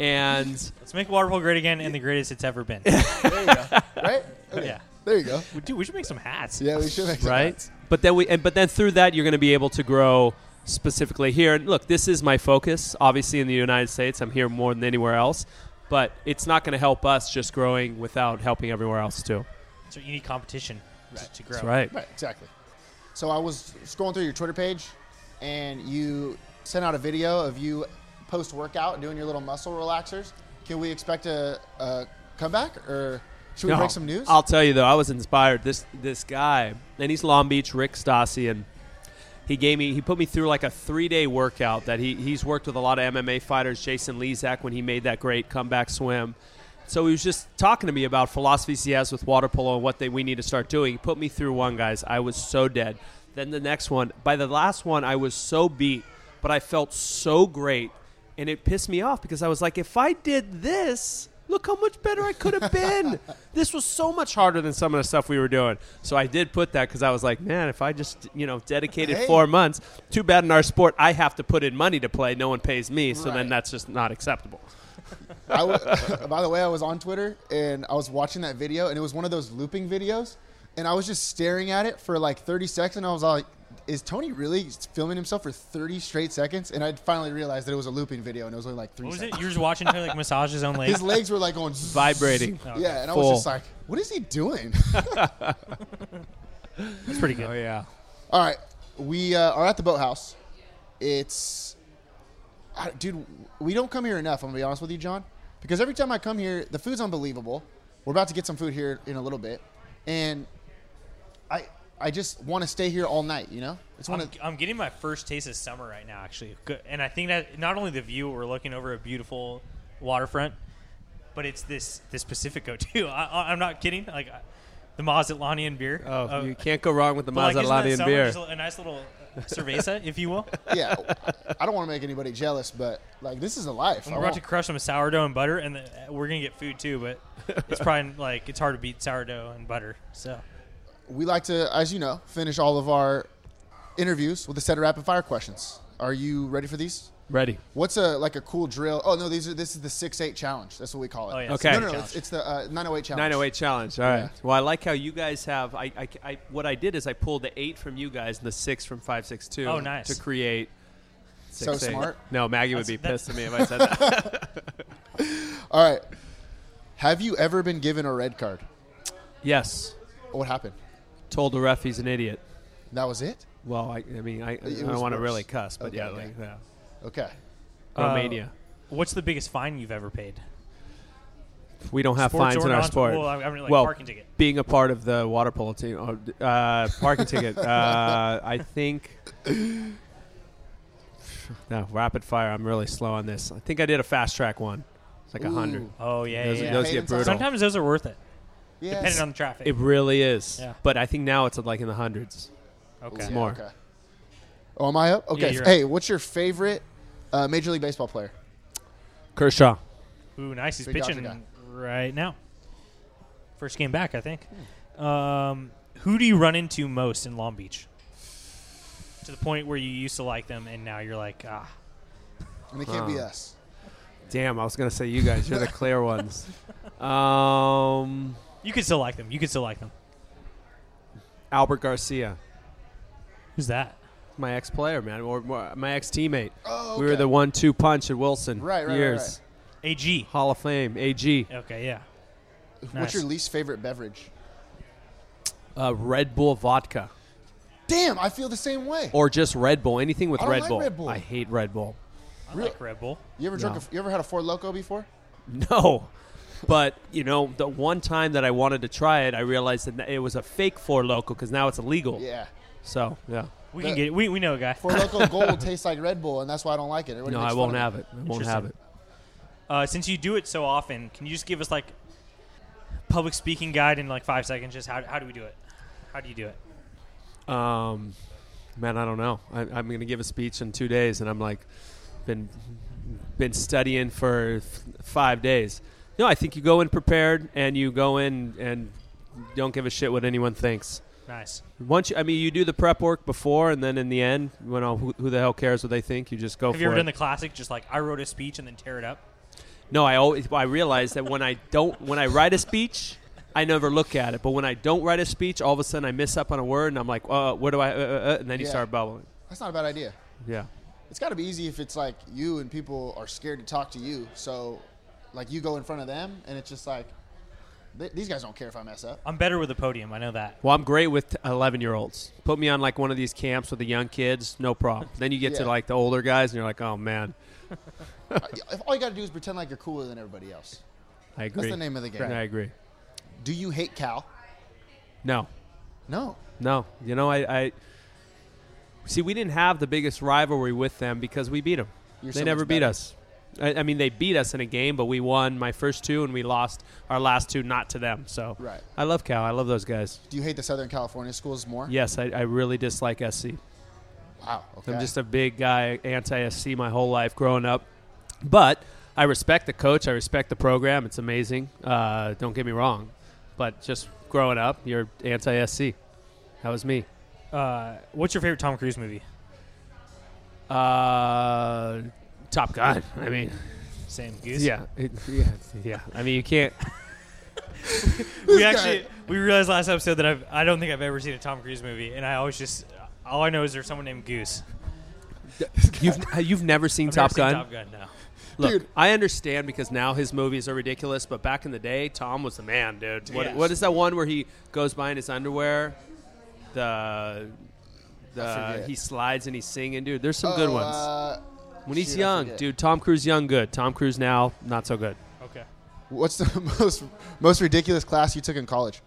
S6: and
S4: Let's make water polo great again and the greatest it's ever been.
S3: right? Okay,
S4: yeah.
S3: There you go.
S4: Dude, we should make some hats.
S3: Yeah, we should make some
S6: right? But then we, and but then through that, you're going to be able to grow specifically here. And look, this is my focus. Obviously, in the United States, I'm here more than anywhere else. But it's not going to help us just growing without helping everywhere else too.
S4: So you need competition to- to grow.
S6: Right.
S3: Right, exactly. So I was scrolling through your Twitter page, and you sent out a video of you post workout doing your little muscle relaxers. Can we expect a, a comeback, or should we
S6: No.
S3: break some news?
S6: I'll tell you though, I was inspired. This this guy, and he's Long Beach, Rick Stassi, and he gave me he put me through like a three day workout that he he's worked with a lot of MMA fighters, Jason Lezak when he made that great comeback swim. So he was just talking to me about philosophies he has with water polo and what they we need to start doing. He put me through one, guys. I was so dead. Then the next one. By the last one, I was so beat, but I felt so great, and it pissed me off because I was like, if I did this, look how much better I could have been. this was so much harder than some of the stuff we were doing. So I did put that because I was like, man, if I just you know dedicated
S3: Hey.
S6: four months. Too bad in our sport, I have to put in money to play. No one pays me, so
S3: Right.
S6: then that's just not acceptable.
S3: I w- by the way, I was on Twitter and I was watching that video, and it was one of those looping videos, and I was just staring at it for like 30 seconds, and I was like, "Is Tony really filming himself for 30 straight seconds?" And I finally realized that it was a looping video, and it was only like three.
S4: What was
S3: seconds.
S4: it? You were just watching him like massage his own legs.
S3: His legs were like going zzz.
S6: Vibrating.
S3: Yeah, and I
S6: Full.
S3: was just like, "What is he doing?"
S4: That's pretty good.
S6: yeah.
S3: All right, we uh, are at the boathouse. It's, I, dude, we don't come here enough. I'm gonna be honest with you, John, because every time I come here, the food's unbelievable. We're about to get some food here in a little bit, and I I just want to stay here all night. You know, it's one
S4: I'm,
S3: of
S4: I'm getting my first taste of summer right now, actually. Good. And I think that not only the view, we're looking over a beautiful waterfront, but it's this this Pacifico too. I, I, I'm not kidding. Like I- the Mazatlantian beer.
S6: Oh,
S4: Uh,
S6: you can't go wrong with the
S4: but, like, isn't that
S6: Maserati and
S4: summer?
S6: beer.
S4: Just a, a nice little uh, cerveza, if you will.
S3: yeah. I- I don't want to make anybody jealous, but like this is a life.
S4: I'm
S3: I
S4: about to
S3: won't-
S4: crush some sourdough and butter, and the, uh, we're gonna get food too. But it's probably like it's hard to beat sourdough and butter. So
S3: we like to, as you know, finish all of our interviews with a set of rapid fire questions. Are you ready for these?
S6: Ready.
S3: What's a like a cool drill? Oh no, these are this is the six eight challenge. That's what we call it.
S4: Oh, yeah,
S6: Okay.
S3: No, no, no.
S4: challenge.
S3: It's, it's the uh, nine oh eight challenge.
S6: 908 challenge. All right. Well, I like how you guys have. I, I, I- what I did is I pulled the eight from you guys and the six from 562.
S4: Oh, nice.
S6: To create.
S3: So
S6: six, eight.
S3: smart.
S6: No, Maggie would
S4: That's-
S6: be
S4: that's-
S6: pissed at me if I said that.
S3: All right. Have you ever been given a red card?
S6: yes.
S3: What happened?
S6: Told the ref he's an idiot.
S3: That was it.
S6: Well, I, I mean, I, I
S3: was
S6: don't want to
S3: worse.
S6: really cuss, but
S3: Okay,
S6: yeah,
S3: okay.
S6: like that.
S3: Okay.
S6: Romania.
S4: what's the biggest fine you've ever paid?
S6: We don't have
S4: Sports
S6: fines
S4: or
S6: in our
S4: non-
S6: sport.
S4: well, I- I mean, like parking ticket.
S6: Being a part of the water polo team, oh, uh, parking ticket. Uh, I think. No, rapid fire. I'm really slow on this. I think I did a fast track one. It's like a hundred.
S3: Ooh.
S4: Oh yeah,
S6: Those,
S4: yeah, yeah.
S6: those
S3: Paid
S6: get
S3: in time?
S6: brutal.
S4: Sometimes those are worth it,
S3: Yes.
S4: depending on the traffic.
S6: it really is.
S4: Yeah.
S6: But I think now it's uh, like in the hundreds.
S4: okay.
S3: Yeah,
S6: more.
S3: Okay. Oh, am I up? Okay.
S4: you're
S3: hey, what's your favorite uh, Major League Baseball player?
S6: Kershaw.
S4: Ooh, nice. He's
S3: Big Dodger
S4: pitching
S3: guy.
S4: right now.
S6: Hmm.
S4: First game back, I think. Um, who do you run into most in Long Beach? to the point where you used to like them, and now you're like, ah.
S3: And they can't be
S6: Huh.
S3: us.
S6: Damn, I was gonna say you guys. You're the clear ones. Um,
S4: You can still like them. You can still like them.
S6: Albert Garcia,
S4: Who's that?
S6: my ex-player, man, or or my ex-teammate.
S3: Oh,
S6: We were
S3: okay.
S6: the one-two punch at Wilson.
S3: Right, right, right,
S6: Years.
S3: right.
S4: AG.
S6: Hall of Fame, AG.
S4: Okay, yeah.
S3: What's
S4: Nice.
S3: your least favorite beverage?
S6: Uh, Red Bull vodka,
S3: Damn, I feel the same way.
S6: or just Red Bull. Anything with
S3: I don't
S6: Red,
S3: like
S6: Bull.
S3: Red Bull.
S6: I hate Red Bull.
S4: I like Red Bull.
S3: You ever drunk?
S6: No.
S3: A, you ever had a Four Loco before?
S6: No. But you know, the one time that I wanted to try it, I realized that it was a fake four local because now it's illegal.
S3: Yeah.
S6: So yeah,
S4: We can
S3: The-
S4: get. We, we know a guy.
S3: Four Loco Gold tastes like Red Bull, and that's why I don't like it. Everybody
S6: no,
S3: makes
S6: I
S3: fun
S6: won't
S3: of
S6: have it. I won't have it.
S4: Interesting. Uh, since you do it so often, can you just give us like public speaking guide in like five seconds? Just how, how do we do it? How do you do it?
S6: Um, man, I don't know. I, I'm going to give a speech in two days, and I'm like, been been studying for f- five days. No, I think you go in prepared, and you go in and don't give a shit what anyone thinks.
S4: Nice.
S6: Once you, I mean, you do the prep work before, and then in the end, you know, who, who the hell cares what they think? You just go
S4: Have
S6: for
S4: you ever
S6: it.
S4: done the classic? Just like I wrote a speech and then tear it up.
S6: No, I always I realize that when I don't when I write a speech, I never look at it. But when I don't write a speech, all of a sudden I miss up on a word, and I'm like, uh, where do I? Uh, uh, uh, and then you
S3: Yeah.
S6: start bubbling.
S3: That's not a bad idea.
S6: Yeah.
S3: It's got to be easy if it's like you and people are scared to talk to you, so like you go in front of them, and it's just like th- these guys don't care if I mess up.
S4: I'm better with the podium. I know that.
S6: Well, I'm great with 11 year olds. Put me on like one of these camps with the young kids, no problem. then you get to
S3: Yeah.
S6: like the older guys, and you're like, oh man,
S3: If all you got to do is pretend like you're cooler than everybody else.
S6: I agree.
S3: That's the name of the game.
S6: I agree.
S3: Do you hate Cal?
S6: No,
S3: No.
S6: no. You know, I, I see. We didn't have the biggest rivalry with them because we beat them.
S3: You're
S6: they
S3: so
S6: never
S3: much
S6: beat
S3: better.
S6: us. I, I mean, they beat us in a game, but we won my first two, and we lost our last two, not to them. So,
S3: Right.
S6: I love Cal. I love those guys.
S3: Do you hate the Southern California schools more?
S6: Yes, I, I really dislike SC.
S3: Wow. Okay.
S6: I'm just a big guy, anti SC my whole life growing up. But I respect the coach. I respect the program. It's amazing. Uh, don't get me wrong. But just growing up, you're anti SC. That was me.
S4: Uh, what's your favorite Tom Cruise movie?
S6: Uh, Top Gun. I mean,
S4: Same goose.
S6: yeah. It- yeah. Yeah. I mean, you can't.
S4: we actually we realized last episode that I've I don't think I've ever seen a Tom Cruise movie, and I always just all I know is there's someone named Goose.
S6: You've, you've never seen
S4: I've
S6: Top
S4: never
S6: Gun?
S4: Seen Top Gun. No.
S6: Look,
S3: Dude.
S6: I understand because now his movies are ridiculous, but back in the day, Tom was the man, dude. What,
S4: Yes.
S6: what is that one where he goes by in his underwear? The
S3: I
S6: the
S3: forget.
S6: he slides and he's singing, dude. There's some good
S3: Oh,
S6: ones.
S3: uh,
S6: when he's
S3: shoot, I
S6: young,
S3: forget.
S6: dude. Tom Cruise young, good. Tom Cruise now, not so good.
S4: Okay.
S3: What's the most most ridiculous class you took in college?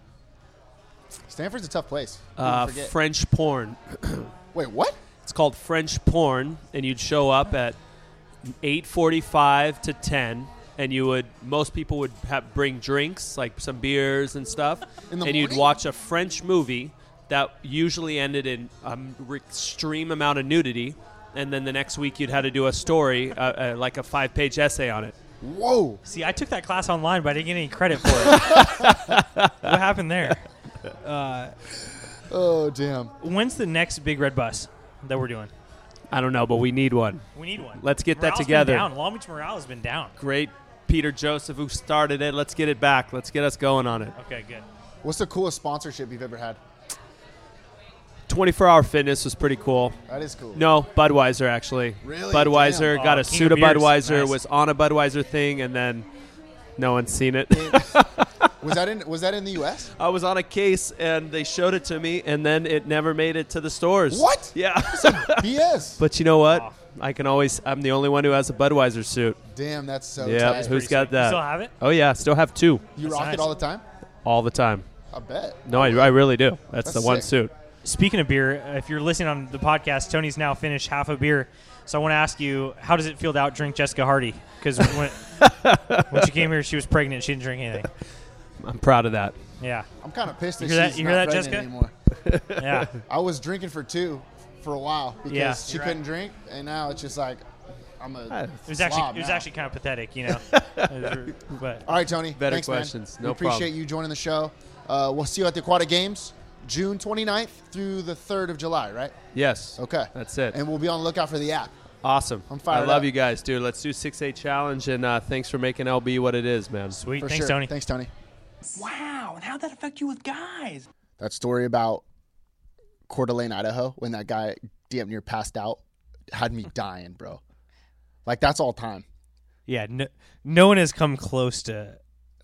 S3: Stanford's a tough place. People
S6: Uh,
S3: forget.
S6: French porn.
S3: Wait, what?
S6: It's called French porn, and you'd show up at 8:45 to 10, and you would most people would have, bring drinks like some beers and stuff,
S3: In the
S6: and you'd
S3: morning?
S6: watch a French movie that usually ended in an extreme amount of nudity, and then the next week you'd had to do a story, uh, uh, like a five-page essay on it.
S3: Whoa!
S4: See, I took that class online, but I didn't get any credit for it. what happened there?
S3: Oh damn!
S4: When's the next big red bus that we're doing?
S6: I don't know, but we need one.
S4: We need one.
S6: Let's get that
S4: Morale's been
S6: together.
S4: down. Long Beach morale has been down.
S6: Great. Peter Joseph, who started it, let's get it back. Let's get us going on it.
S4: Okay, good.
S3: What's the coolest sponsorship you've ever had?
S6: 24 Hour Fitness was pretty cool.
S3: That is cool.
S6: No, Budweiser actually.
S3: Really?
S6: Budweiser
S4: Damn.
S6: got
S4: Oh,
S6: a
S4: King
S6: suit
S4: of
S6: of
S4: beers.
S6: Budweiser,
S4: Nice.
S6: was on a Budweiser thing, and then no one's seen it.
S3: Was that in Was that in the U.S.?
S6: I was on a case, and they showed it to me, and then it never made it to the stores.
S3: What?
S6: Yeah.
S3: BS.
S6: but you know what? I can always. I'm the only one who has a Budweiser suit.
S3: Damn, that's so.
S6: yeah.
S3: tight.
S4: pretty
S6: Who's got
S4: sweet. You
S6: that?
S4: still have it?
S6: Oh yeah, still have two,
S3: You rock
S4: nice.
S3: it all the time.
S6: all the time.
S3: I bet.
S6: No, I, I really do. That's,
S3: That's
S6: the one
S3: sick.
S6: suit.
S4: Speaking of beer, uh, if you're listening on the podcast, Tony's now finished half a beer. So I want to ask you, how does it feel to outdrink Jessica Hardy? Because when, when she came here, she was pregnant. She didn't drink anything.
S6: I'm proud of that.
S4: Yeah,
S3: I'm kind of pissed that
S4: You hear that-
S3: she's
S4: you hear
S3: not
S4: that,
S3: pregnant
S4: Jessica?
S3: anymore.
S4: yeah.
S3: I was drinking for two for a while because
S4: Yeah,
S3: she
S4: you're right.
S3: couldn't drink, and now it's just like I'm a.
S6: It
S4: It was actually it was actually kind of pathetic, you know. but
S3: All right, Tony.
S6: Better
S3: Thanks, man.
S6: questions.
S3: We
S6: No
S3: appreciate
S6: problem.
S3: you joining the show. Uh, we'll see you at the Aquatic Games.
S7: June 29th through the 3rd of July, right?
S6: Yes.
S7: Okay.
S6: That's it.
S7: And we'll be on the lookout for the app.
S6: Awesome. I'm
S7: fired
S6: I love
S7: up.
S6: you guys, dude. Let's do six eight challenge and uh, thanks for making LB what it is, man.
S4: Sweet.
S7: For
S4: Thanks,
S7: sure.
S4: Tony.
S7: Thanks, Tony.
S4: Wow. And how'd that affect you with guys?
S3: That story about Coeur d'Alene, Idaho, when that guy damn near passed out, had me dying, bro. Like that's all time.
S4: Yeah. No, no one has come close to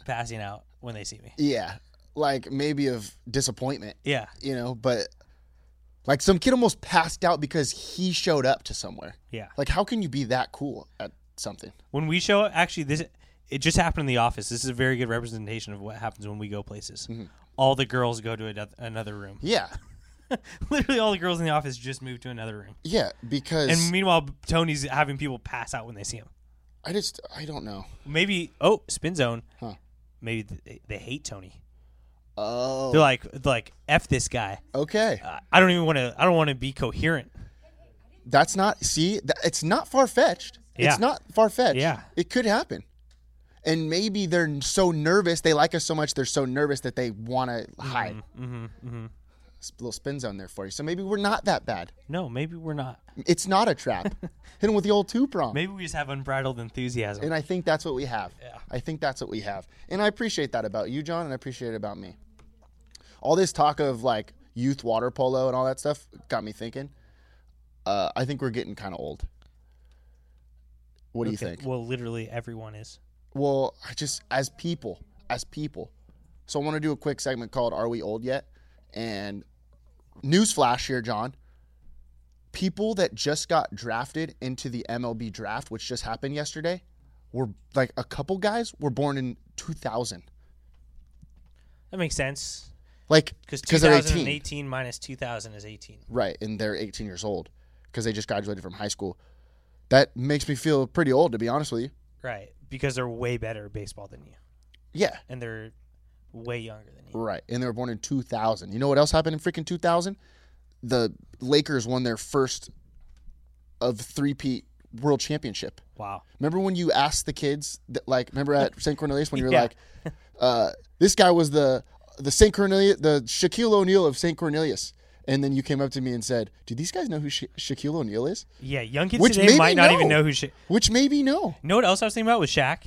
S4: passing out when they see me.
S3: Yeah, like maybe of disappointment,
S4: Yeah.
S3: you know. But like some kid almost passed out because he showed up to somewhere.
S4: Yeah.
S3: Like how can you be that cool at something?
S4: When we show up, actually, this it just happened in the office. This is a very good representation of what happens when we go places. All the girls go to anoth- another room.
S3: Mm-hmm. Yeah,
S4: Literally, all the girls in the office just moved to another room.
S3: yeah. Because
S4: And meanwhile, Tony's having people pass out when they see him.
S3: I just I don't know.
S4: Maybe oh, spin zone.
S3: Huh.
S4: Maybe they, they hate Tony.
S3: Oh,
S4: They're like they're like f this guy.
S3: okay.
S4: Uh, I don't even want to. I don't want to be coherent.
S3: That's not see. That, it's not far fetched.
S4: Yeah.
S3: It's not far fetched.
S4: Yeah.
S3: it could happen. And maybe they're n- so nervous. They like us so much. They're so nervous that they want to hide. Mm-hmm, little spin zone there for you. So maybe we're not that bad.
S4: No, maybe we're not.
S3: It's not a trap. Hit him with the old two prong.
S4: Maybe we just have unbridled enthusiasm.
S3: And I think that's what we have. I think that's what we have. And I appreciate that about you, John, and I appreciate it about me. All this talk of like youth water polo and all that stuff got me thinking. Uh, I think we're getting kind of old. What do you
S4: Okay,
S3: think?
S4: Well, literally everyone is.
S3: Well, I just as people, as people. So I want to do a quick segment called "Are We Old Yet?" And newsflash here, John. People that just got drafted into the MLB draft, which just happened yesterday, were like a couple guys were born in 2000,
S4: That makes sense
S3: like
S4: because
S3: they're 18,
S4: 2018 minus 2000 is 18.
S3: right? And they're 18 years old because they just graduated from high school. That makes me feel pretty old, to be honest with you.
S4: Right, because they're way better at baseball than you,
S3: Yeah,
S4: and they're way younger than you.
S3: Right. And they were born in 2000. You know what else happened in freaking 2000? The Lakers won their first of three-peat world championship.
S4: Wow.
S3: Remember when you asked the kids, that, like, remember at St. Cornelius when you were
S4: Yeah.
S3: like, uh, this guy was the the St. Cornelius, the Shaquille O'Neal of St. Cornelius. And then you came up to me and said, do these guys know who Sha- Shaquille O'Neal is?
S4: Yeah, young kids
S3: Which
S4: today
S3: maybe
S4: might not even
S3: no.
S4: know who. Sha-
S3: Which maybe no.
S4: know what else I was thinking about was Shaq?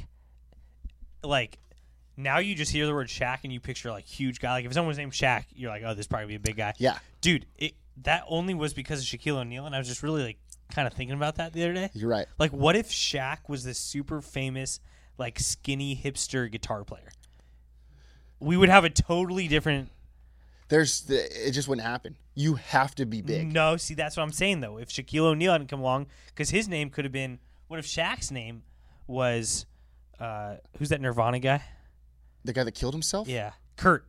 S4: Like, now you just hear the word Shaq and you picture like huge guy. Like if someone was named Shaq, you're like, oh, this probably be a big guy.
S3: Yeah.
S4: dude, it that only was because of Shaquille O'Neal, and I was just really like kind of thinking about that the other day.
S3: You're right.
S4: Like, what if Shaq was this super famous, like skinny hipster guitar player? We would have a totally different.
S3: There's the, it just wouldn't happen. You have to be big.
S4: No, see, that's what I'm saying though. If Shaquille O'Neal hadn't come along, because his name could have been. What if Shaq's name was, uh, who's that Nirvana guy?
S3: The guy that killed himself?
S4: Yeah, Kurt.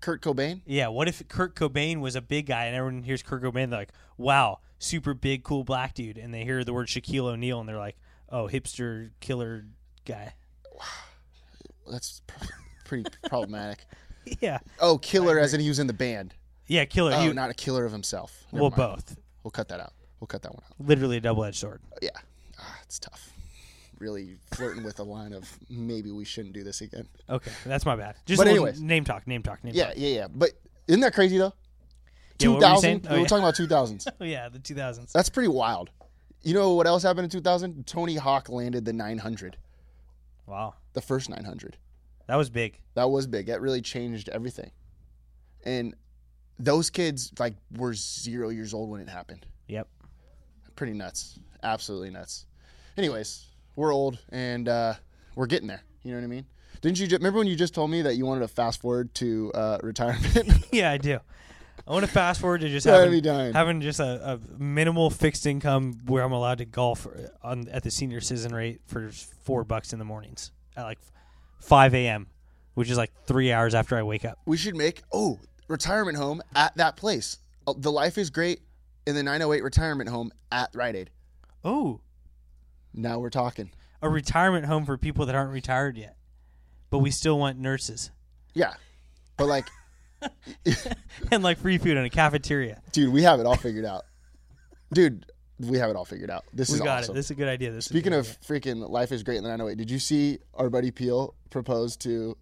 S3: Kurt Cobain?
S4: Yeah, what if Kurt Cobain was a big guy and everyone hears Kurt Cobain, they're like, wow, super big, cool black dude. And they hear the word Shaquille O'Neal and they're like, oh, hipster killer guy.
S3: That's pr- pretty problematic.
S4: Yeah.
S3: Oh, killer as in he was in the band.
S4: Yeah, killer.
S3: Oh,
S4: he,
S3: not a killer of himself. Never
S4: well,
S3: mind.
S4: both.
S3: We'll cut that out. We'll cut that one out.
S4: Literally a double edged sword.
S3: Yeah. Ah, it's tough. Really flirting with the line of maybe we shouldn't do this again.
S4: Okay, that's my bad. Just
S3: But
S4: a little
S3: anyways.
S4: name talk, name talk, name
S3: Yeah,
S4: talk.
S3: yeah, yeah. But isn't that crazy though?
S4: Yeah, what were you saying? Oh,
S3: we were
S4: yeah.
S3: talking about 2000s.
S4: Oh, yeah, the 2000s.
S3: That's pretty wild. You know what else happened in 2000? Tony Hawk landed the 900,
S4: Wow.
S3: the first 900.
S4: That was big.
S3: That was big. That really changed everything. And those kids like were 0 years old when it happened.
S4: Yep.
S3: pretty nuts. Absolutely nuts. Anyways, we're old and uh, we're getting there. You know what I mean? Didn't you ju- remember when you just told me that you wanted to fast forward to uh, retirement?
S4: Yeah, I do. I want to fast forward to just
S3: Sorry,
S4: having,
S3: me dying.
S4: having just a, a minimal fixed income where I'm allowed to golf on at the senior citizen rate for four bucks in the mornings at like five a.m., which is like three hours after I wake up.
S3: we should make oh retirement home at that place. Uh, The life is great in the 908 retirement home at Rite Aid.
S4: Oh,
S3: Now we're talking.
S4: a retirement home for people that aren't retired yet, but we still want nurses
S3: Yeah, but like,
S4: and like free food and a cafeteria.
S3: dude, we have it all figured out. Dude, we have it all figured out. This
S4: We
S3: is
S4: got
S3: awesome.
S4: it. This is a good idea. This is a
S3: Speaking
S4: good
S3: of
S4: idea.
S8: oh
S3: freaking life is great in the 908, did you see our buddy Peel propose to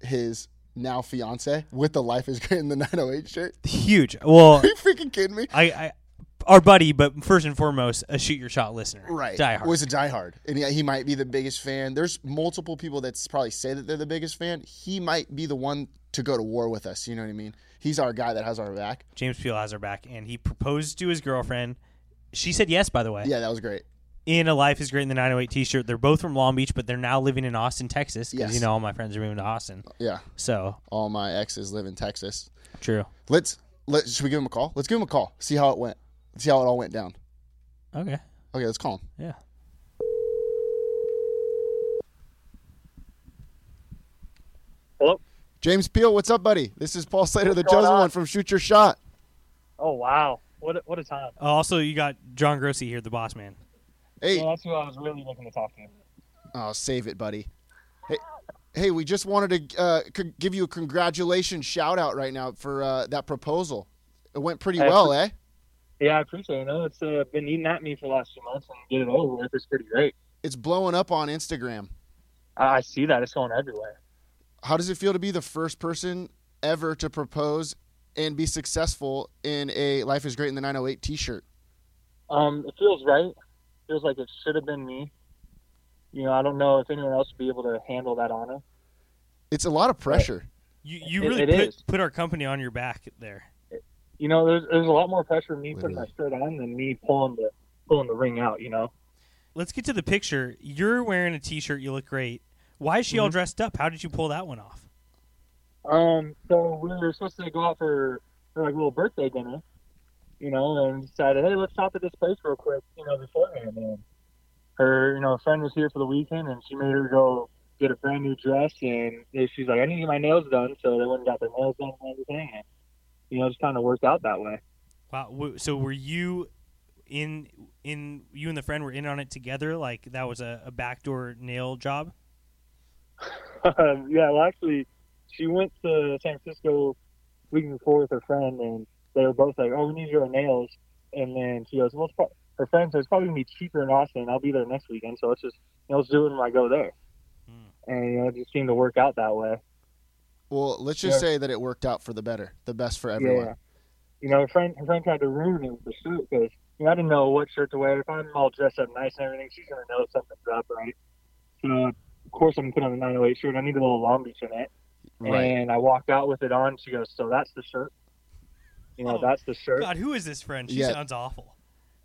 S3: his
S8: now fiance with the Life is Great in the 908 shirt?
S4: Huge. Well,
S8: Are you freaking kidding me?
S4: I, I, our buddy, but first and foremost, a shoot your shot listener.
S8: Right.
S4: Die hard.
S8: Was a diehard. And yeah, he might be the biggest fan. There's multiple people that s- probably say that they're the biggest fan. He might be the one to go to war with us. You know what I mean? He's our guy that has our back.
S4: James Peel has her back, and he proposed to his girlfriend. She said yes, by the way.
S8: Yeah, that was great.
S4: In a Life is Great in the 908 t shirt. They're both from Long Beach, but they're now living in Austin, Texas, because
S8: Yes.
S4: you know all my friends are moving to Austin.
S8: Yeah.
S4: So,
S8: All my exes live in Texas.
S4: true.
S8: Let's let should we give him a call? Let's give him a call. See how it went. See how it all went down.
S4: Okay.
S8: Okay, let's call him.
S4: Yeah.
S6: Hello.
S3: James Peel, what's up, buddy? This is Paul Slater, the
S6: What's going
S3: chosen
S6: on?
S3: one from Shoot Your Shot.
S6: Oh wow, what a, what a time!
S4: Also, you got John Grossi here, the boss man.
S3: Hey,
S6: yeah, that's who I was really looking to talk to.
S3: Oh, save it, buddy. Hey, hey we just wanted to uh, c- give you a congratulations shout out right now for uh, that proposal. It went pretty
S6: Hey,
S3: well,
S6: pre-
S3: eh?
S6: Yeah, I appreciate it. I know it's uh, been eating at me for the last few months, and get it over with is pretty great.
S3: It's blowing up on Instagram.
S6: I I see that it's going everywhere.
S3: How does it feel to be the first person ever to propose and be successful in a Life is Great in the 908 t shirt?
S6: Um, it feels right. Feels like it should have been me. You know, I don't know if anyone else would be able to handle that honor.
S3: It's a lot of pressure.
S4: You, you
S6: It-
S4: really
S6: it is.
S4: put, put our company on your back there.
S6: You know, there's there's a lot more pressure me putting my shirt on than me pulling the pulling the ring out. You know.
S4: Let's get to the picture. You're wearing a t shirt. You look great. Why is she
S8: Mm-hmm.
S4: all dressed up? How did you pull that one off?
S6: Um, so we were supposed to go out for, for like a little birthday dinner, you know, and decided, hey, let's stop at this place real quick, you know, beforehand. And her, you know, friend was here for the weekend, and she made her go get a brand new dress, and she's like, I need to get my nails done, so they went and got their nails done and everything. And, you know, it just kind of worked out that way.
S4: Wow. W- So were you in in you and the friend were in on it together? Like that was a, a backdoor nail job.
S6: Um, yeah, well, actually, she went to San Francisco week before with her friend, and they were both like, "Oh, we need your nails." And then she goes, "Well, it's pro-, her friend says it's probably gonna be cheaper in Austin. I'll be there next weekend, so let's just you know, let's do it when I go there."
S3: Hmm.
S6: And you know, it just seemed to work out that way.
S3: Well, let's just
S6: Yeah.
S3: say that it worked out for the better, the best for everyone.
S6: Yeah. You know, her friend, her friend tried to ruin it with the shirt because you know, I didn't know what shirt to wear. If I'm all dressed up nice and everything, she's gonna know something's up, right? So of course I'm putting on the 908 shirt. I need a little Long Beach in it,
S4: Right.
S6: and I walked out with it on. She goes, "So that's the shirt." You know,
S4: Oh,
S6: that's the shirt.
S4: God, who is this friend? She
S6: Yeah.
S4: sounds awful.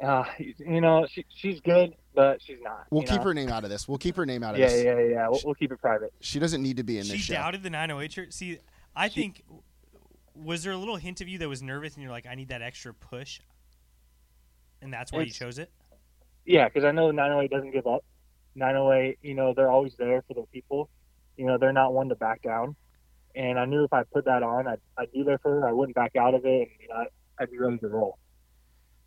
S6: Uh, you know, she, she's good, but she's not.
S3: We'll
S6: you
S3: keep
S6: know?
S3: her name out of this. We'll keep her name out of
S6: Yeah,
S3: this.
S6: yeah, yeah. We'll, we'll keep it private.
S3: She doesn't need to be in this
S4: She
S3: show.
S4: doubted the 908 shirt. See, I think was there a little hint of you that was nervous and you're like, I need that extra push, and that's why you
S6: It's-
S4: chose it.
S6: Yeah, because I know the 908 doesn't give up. 908, you know, they're always there for their people. You know, they're not one to back down. And I knew if I put that on, I'd, I'd be there for her. I wouldn't back out of it. And, you know, I, I'd be ready to roll.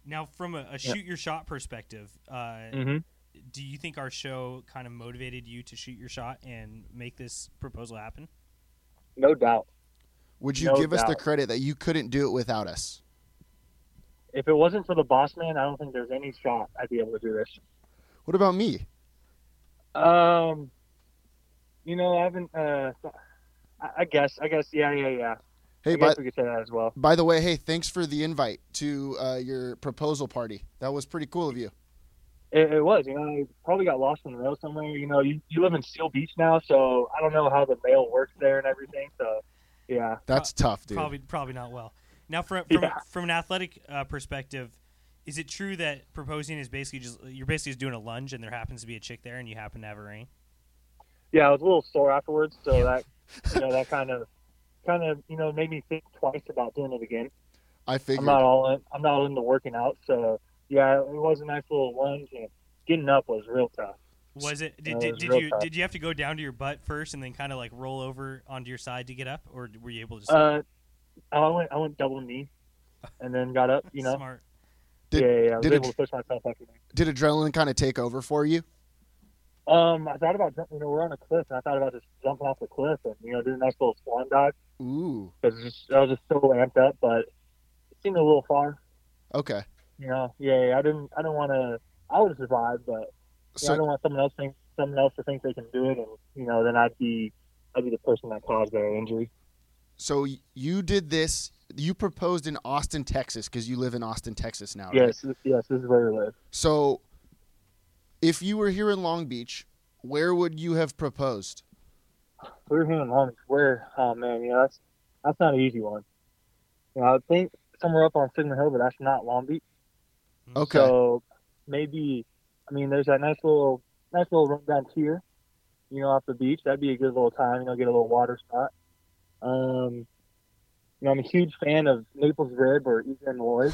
S4: Now, from a, a shoot your shot perspective, uh,
S6: Mhm.
S4: do you think our show kind of motivated you to shoot your shot and make this proposal happen?
S6: No doubt.
S3: Would you
S6: No
S3: give us the
S6: doubt.
S3: credit that you couldn't do it without us?
S6: If it wasn't for the boss man, I don't think there's any shot I'd be able to do this.
S3: What about me?
S6: Um, you know, I haven't, uh, I, I guess, I guess, yeah, yeah, yeah.
S3: Hey,
S6: I guess
S3: but-
S6: we could say that as well.
S3: By the way, hey, thanks for the invite to uh, your proposal party. That was pretty cool of you.
S6: It, it was, you know, I probably got lost in the mail somewhere. You know, you, you live in Seal Beach now, so I don't know how the mail works there and everything. So, yeah.
S3: That's tough, dude.
S4: Uh, Probably, probably not well. Now, from from,
S6: Yeah.
S4: from an athletic uh, perspective, is it true that proposing is basically just you're basically just doing a lunge and there happens to be a chick there and you happen to have a ring?
S6: Yeah, I was a little sore afterwards, so that, you know, that kind of, kind of, you know, made me think twice about doing it again.
S3: I figured.
S6: I'm not all in, I'm not into working out, so yeah, it was a nice little lunge, and getting up was real tough.
S4: Was it did,
S6: Yeah, it
S4: did,
S6: was
S4: did
S6: real
S4: you
S6: tough.
S4: did you have to go down to your butt first and then kind of like roll over onto your side to get up, or were you able to?
S6: Uh, I went, I went double knee, and then got up. You know,
S4: Smart.
S3: Did-
S6: yeah, yeah, I was
S3: did
S6: able
S3: it-
S6: to push myself up.
S3: Did adrenaline kind of take over for you?
S6: Um, I thought about jumping. You know, we're on a cliff, and I thought about just jumping off the cliff and you know doing a nice little swan dive
S3: Ooh.
S6: because I was just so amped up, but it seemed a little far.
S3: Okay.
S6: You know, yeah, yeah, I didn't, I didn't want to. I would survive, but you know,
S3: So-
S6: I don't want someone else think someone else to think they can do it, and you know, then I'd be, I'd be the person that caused their injury.
S3: so y- you did this. You proposed in Austin, Texas, because you live in Austin, Texas now. right?
S9: Yes, yes, this is where we live.
S3: So, if you were here in Long Beach, where would you have proposed?
S9: We were here in Long Beach. Where? Oh man, you know that's that's not an easy one. You know, I would think somewhere up on Signal Hill, but that's not Long Beach.
S3: Okay.
S9: So maybe, I mean, there's that nice little nice little run down here, you know, off the beach. That'd be a good little time. You know, get a little water spot. Um, you know, I'm a huge fan of Naples Rib or E Eastern Lloyd.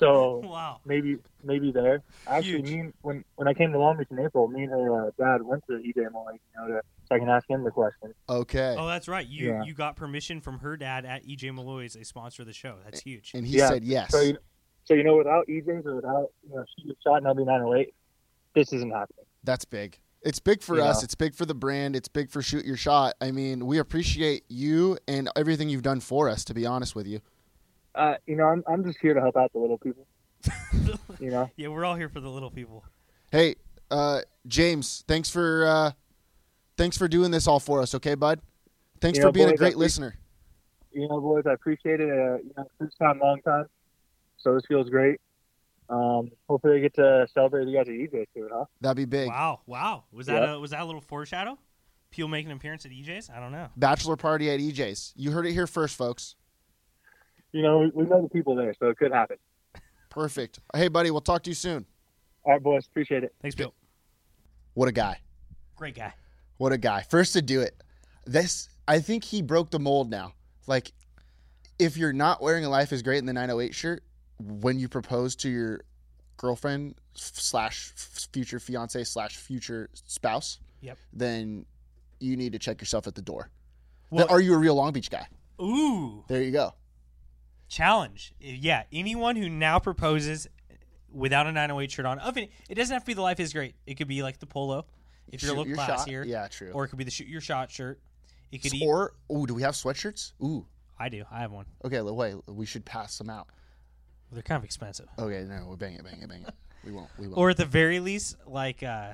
S9: so
S4: wow.
S9: maybe maybe there. Actually, me and, when when I came to Long Beach in April, me and her uh, dad went to EJ Molloy, you know, to, so I can ask him the question.
S3: Okay.
S4: Oh, that's right. You
S9: Yeah.
S4: you got permission from her dad at EJ Malloy's, a sponsor of the show. That's huge.
S9: Yeah. So you, so you know, without EJ's or without you know, she gets shot in LB 908, this isn't happening.
S3: That's big. It's big for
S9: You
S3: us.
S9: know.
S3: It's big for the brand. It's big for Shoot Your Shot. I mean, we appreciate you and everything you've done for us, to be honest with you.
S9: Uh, you know, I'm I'm just here to help out the little people. you know.
S4: Yeah, we're all here for the little people.
S3: Hey, uh, James, thanks for uh, thanks for doing this all for us, okay, bud? Thanks
S9: You
S3: for
S9: know,
S3: being a
S9: boys, I
S3: great
S9: appreciate-
S3: listener.
S9: you know, boys, I appreciate it. Uh, you know, first time, long time. So this feels great. Um, hopefully, I get to celebrate with you guys at E EJ soon, huh?
S3: That'd be big.
S4: Wow, wow. Was that
S9: Yeah.
S4: a, was that a little foreshadow? Peel making an appearance at EJ's? I don't know.
S3: Bachelor party at EJ's. You heard it here first, folks.
S9: You know, we, we know the people there, so it could happen.
S3: Perfect. Hey, buddy, we'll talk to you soon.
S9: All right, boys, appreciate it.
S4: Thanks, Bill.
S3: What a guy.
S4: Great guy.
S3: What a guy. First to do it. This I think he broke the mold now. Like if you're not wearing a life is great in the 908 shirt when you propose to your girlfriend slash future fiance slash future spouse,
S4: Yep.
S3: then you need to check yourself at the door.
S4: Well-
S3: Then are you a real Long Beach guy?
S4: Ooh,
S3: There you go.
S4: challenge. Yeah, anyone who now proposes without a 908 shirt on, of any, it doesn't have to be the life is great. It could be like the polo, if you're a
S3: Shoot
S4: little
S3: your shot.
S4: classier.
S3: Yeah, true.
S4: Or it could be the shoot your shot shirt. It could eat.
S3: Or oh, do we have sweatshirts? Ooh,
S4: I do. I have one.
S3: okay. l- Wait, we should pass some out.
S4: They're kind of expensive.
S3: Okay, no, we bang it, bang it, bang it. We won't. We won't.
S4: Or at the very least, like uh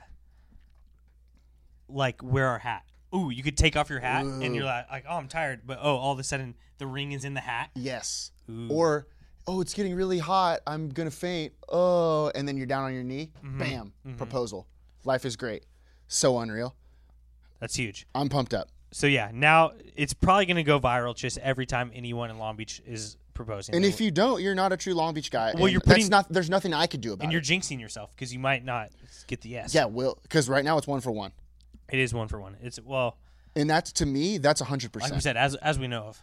S4: like wear our hat. Ooh, you could take off your hat and you're
S3: Ooh.
S4: like, like, oh, I'm tired, but oh, all of a sudden the ring is in the hat.
S3: Yes.
S4: Ooh.
S3: Or, oh, it's getting really hot. I'm going to faint. Oh, and then you're down on your knee.
S4: Mm-hmm.
S3: Bam. Proposal. Life is great. So unreal.
S4: That's huge.
S3: I'm pumped up.
S4: So yeah, now it's probably gonna go viral just every time anyone in Long Beach is proposing.
S3: And if you don't, you're not a true Long Beach guy.
S4: Well,
S3: and
S4: you're
S3: that's
S4: putting-
S3: not. There's nothing I could do about
S4: and you're
S3: it.
S4: jinxing yourself because you might not get the yes.
S3: Yeah, will because right now it's one for one,
S4: it is one for one. It's well,
S3: and that's to me that's hundred
S4: like we
S3: percent.
S4: said, as as we know of,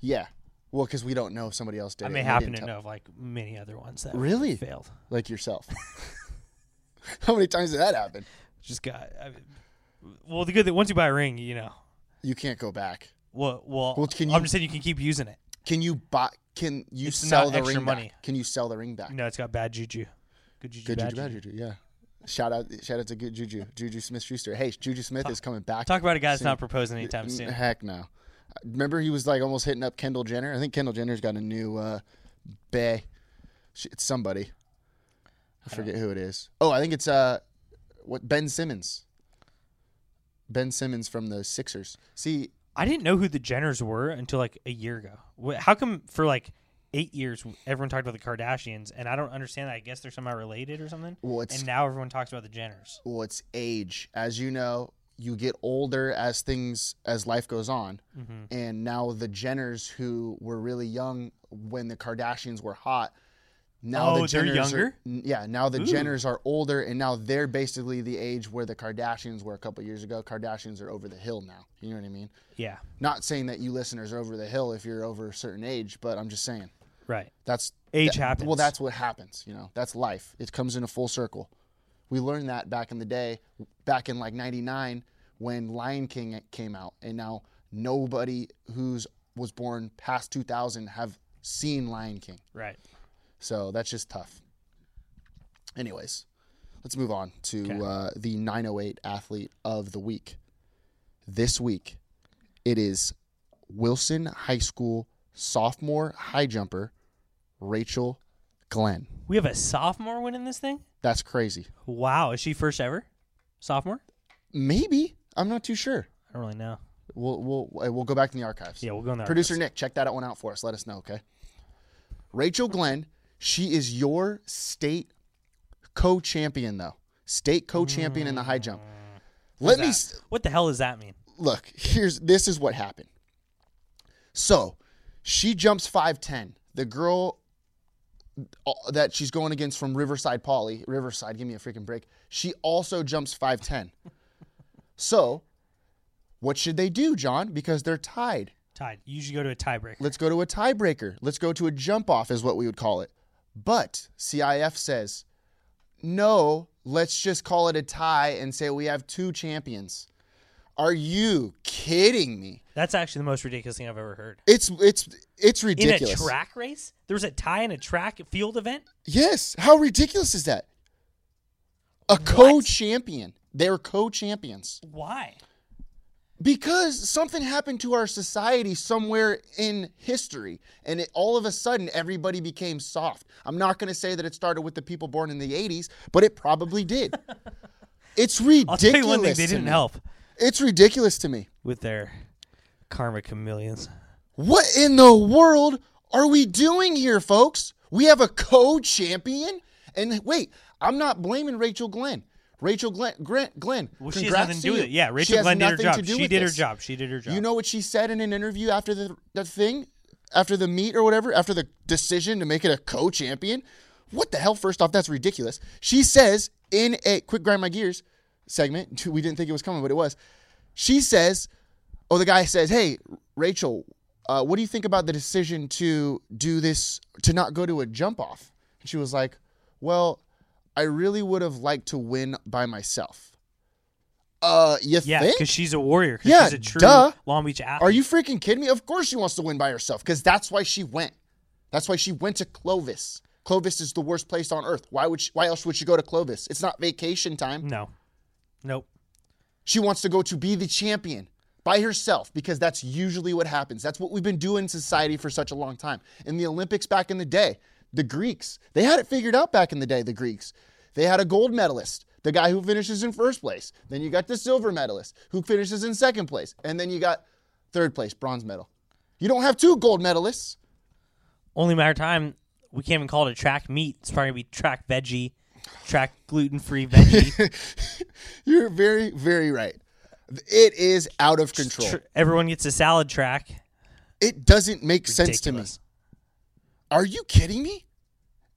S3: Yeah. Well, because we don't know if somebody else did. it,
S4: I may
S3: and we
S4: happen
S3: didn't
S4: to
S3: tell-
S4: know of like many other ones that
S3: Really?
S4: failed.
S3: Like yourself. How many times did that happen?
S4: Just got. I mean, well, the good that once you buy a ring, you know.
S3: You can't go back.
S4: Well, well,
S3: Well, can
S4: I'm
S3: you-
S4: just saying you can keep using it.
S3: Can you buy? Can you
S4: It's
S3: sell
S4: not
S3: the
S4: extra
S3: ring
S4: money.
S3: back? Can you sell the ring back?
S4: No, it's got bad juju. Good juju.
S3: Good
S4: bad
S3: juju, bad juju. Yeah. Shout out, shout out to good juju, Juju Smith Schuster. Hey, Juju Smith is coming back.
S4: Talk about a guy that's
S3: soon.
S4: not proposing anytime
S3: N-
S4: soon.
S3: Heck no. Remember, he was like almost hitting up Kendall Jenner. I think Kendall Jenner's got a new uh, bay. Sh- It's somebody. I forget who it is. Oh, I think it's uh, what Ben Simmons. Ben Simmons from the Sixers. See,
S4: I didn't know who the Jenners were until like a year ago. Wh- How come for like eight years everyone talked about the Kardashians and I don't understand that? I guess they're somehow related or something.
S3: Well, it's-
S4: and now everyone talks about the Jenners.
S3: well, it's age. As you know, you get older as things as life goes on,
S4: Mhm.
S3: and now the Jenners who were really young when the Kardashians were hot. Now the
S4: Oh, they're
S3: Jenners
S4: younger?
S3: Are, n- yeah, now the
S4: Ooh.
S3: Jenners are older, and now they're basically the age where the Kardashians were a couple years ago. Kardashians are over the hill now. You know what I mean?
S4: Yeah,
S3: Not saying that you listeners are over the hill if you're over a certain age, but I'm just saying
S4: right.
S3: that's
S4: Age
S3: that-
S4: happens.
S3: Well, that's what happens. You know, that's life. It comes in a full circle. We learned that back in the day, back in like '99 when Lion King came out, and now nobody who's was born past 2000 have seen Lion King.
S4: right.
S3: So that's just tough. Anyways, let's move on to uh, the 908 athlete of the week. This week, it is Wilson High School sophomore high jumper Rachel Glenn.
S4: We have a sophomore winning this thing.
S3: That's crazy.
S4: Wow, is she first ever sophomore?
S3: Maybe I'm not too sure.
S4: I don't really know.
S3: We'll we'll we'll go back in the archives.
S4: Yeah, we'll go in the
S3: Producer
S4: archives.
S3: Nick, check that out one out for us. Let us know, okay? Rachel Glenn, she is your state co-champion though. State co-champion in the high jump. Let me s-
S4: What the hell does that mean?
S3: look. Here's this is what happened. So, she jumps 5'10. The girl uh, that she's going against from Riverside Poly, Riverside, give me a freaking break. She also jumps 5'10. so, what should they do, John? Because they're tied.
S4: Tied. You usually go to a tiebreaker.
S3: Let's go to a tiebreaker. Let's go to a jump off, is what we would call it. But CIF says, no, let's just call it a tie and say we have two champions. Are you kidding me?
S4: That's actually the most ridiculous thing I've ever heard.
S3: It's it's it's ridiculous.
S4: In a track race? There was a tie in a track field event?
S3: Yes. How ridiculous is that? A co-champion. They were co-champions
S4: Why?
S3: because something happened to our society somewhere in history, and it, all of a sudden everybody became soft. I'm not going to say that it started with the people born in the '80s, but it probably did. it's ridiculous.
S4: I'll tell you one thing, they
S3: to
S4: didn't
S3: me.
S4: help
S3: It's ridiculous to me.
S4: with their karma chameleons.
S3: What in the world are we doing here, folks? We have a co-champion, and wait, I'm not blaming Rachel Glenn. Rachel Glenn, Grant, Glenn.
S4: Well, she has
S3: congrats
S4: nothing to
S3: to
S4: do with
S3: you.
S4: it. Yeah,
S3: She
S4: Rachel
S3: has
S4: Glenn did her
S3: nothing
S4: job.
S3: to do
S4: She
S3: with
S4: did her
S3: this.
S4: job. She did her job.
S3: You know what she said in an interview after the, the thing, after the meet or whatever, after the decision to make it a co-champion? What the hell? First off, that's ridiculous. She says in a quick grind my gears segment, we didn't think it was coming, but it was. She says, "Oh, the guy says, hey, Rachel, uh, what do you think about the decision to do this to not go to a jump off?" And she was like, "Well, I really would have liked to win by myself." Uh, you
S4: yeah,
S3: think?
S4: because she's a warrior. 'cause
S3: Yeah,
S4: she's a true
S3: duh.
S4: Long Beach athlete.
S3: Are you freaking kidding me? Of course she wants to win by herself because that's why she went. That's why she went to Clovis. Clovis is the worst place on earth. Why would she, why else would she go to Clovis? It's not vacation time.
S4: No. Nope.
S3: She wants to go to be the champion by herself because that's usually what happens. That's what we've been doing in society for such a long time. In the Olympics back in the day, the Greeks, they had it figured out back in the day, the Greeks. They had a gold medalist, the guy who finishes in first place. Then you got the silver medalist who finishes in second place. And then you got third place, bronze medal. You don't have two gold medalists.
S4: Only matter of time. We can't even call it a track meet. It's probably gonna be track veggie, track gluten free veggie.
S3: You're very, very right. It is out of control.
S4: Tr- Everyone gets a salad track.
S3: It doesn't make sense to me.
S4: Ridiculous.
S3: Are you kidding me?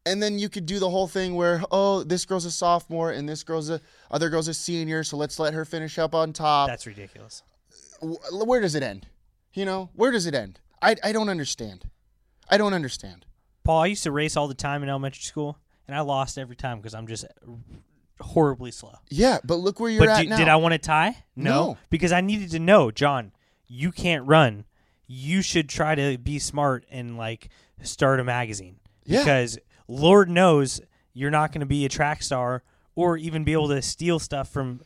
S3: And then you could do the whole thing where, oh, this girl's a sophomore and this girl's a other girl's a senior, so let's let her finish up on top.
S4: That's ridiculous.
S3: Wh- where does it end? You know, where does it end? I I don't understand. I don't understand.
S4: Paul, I used to race all the time in elementary school, and I lost every time because I'm just horribly slow.
S3: Yeah, but look where you're
S4: but
S3: at
S4: do-
S3: now.
S4: did I want to tie?
S3: No.
S4: because I needed to know, John. You can't run. You should try to be smart and like start a magazine.
S3: Yeah.
S4: Because Lord knows you're not going to be a track star or even be able to steal stuff from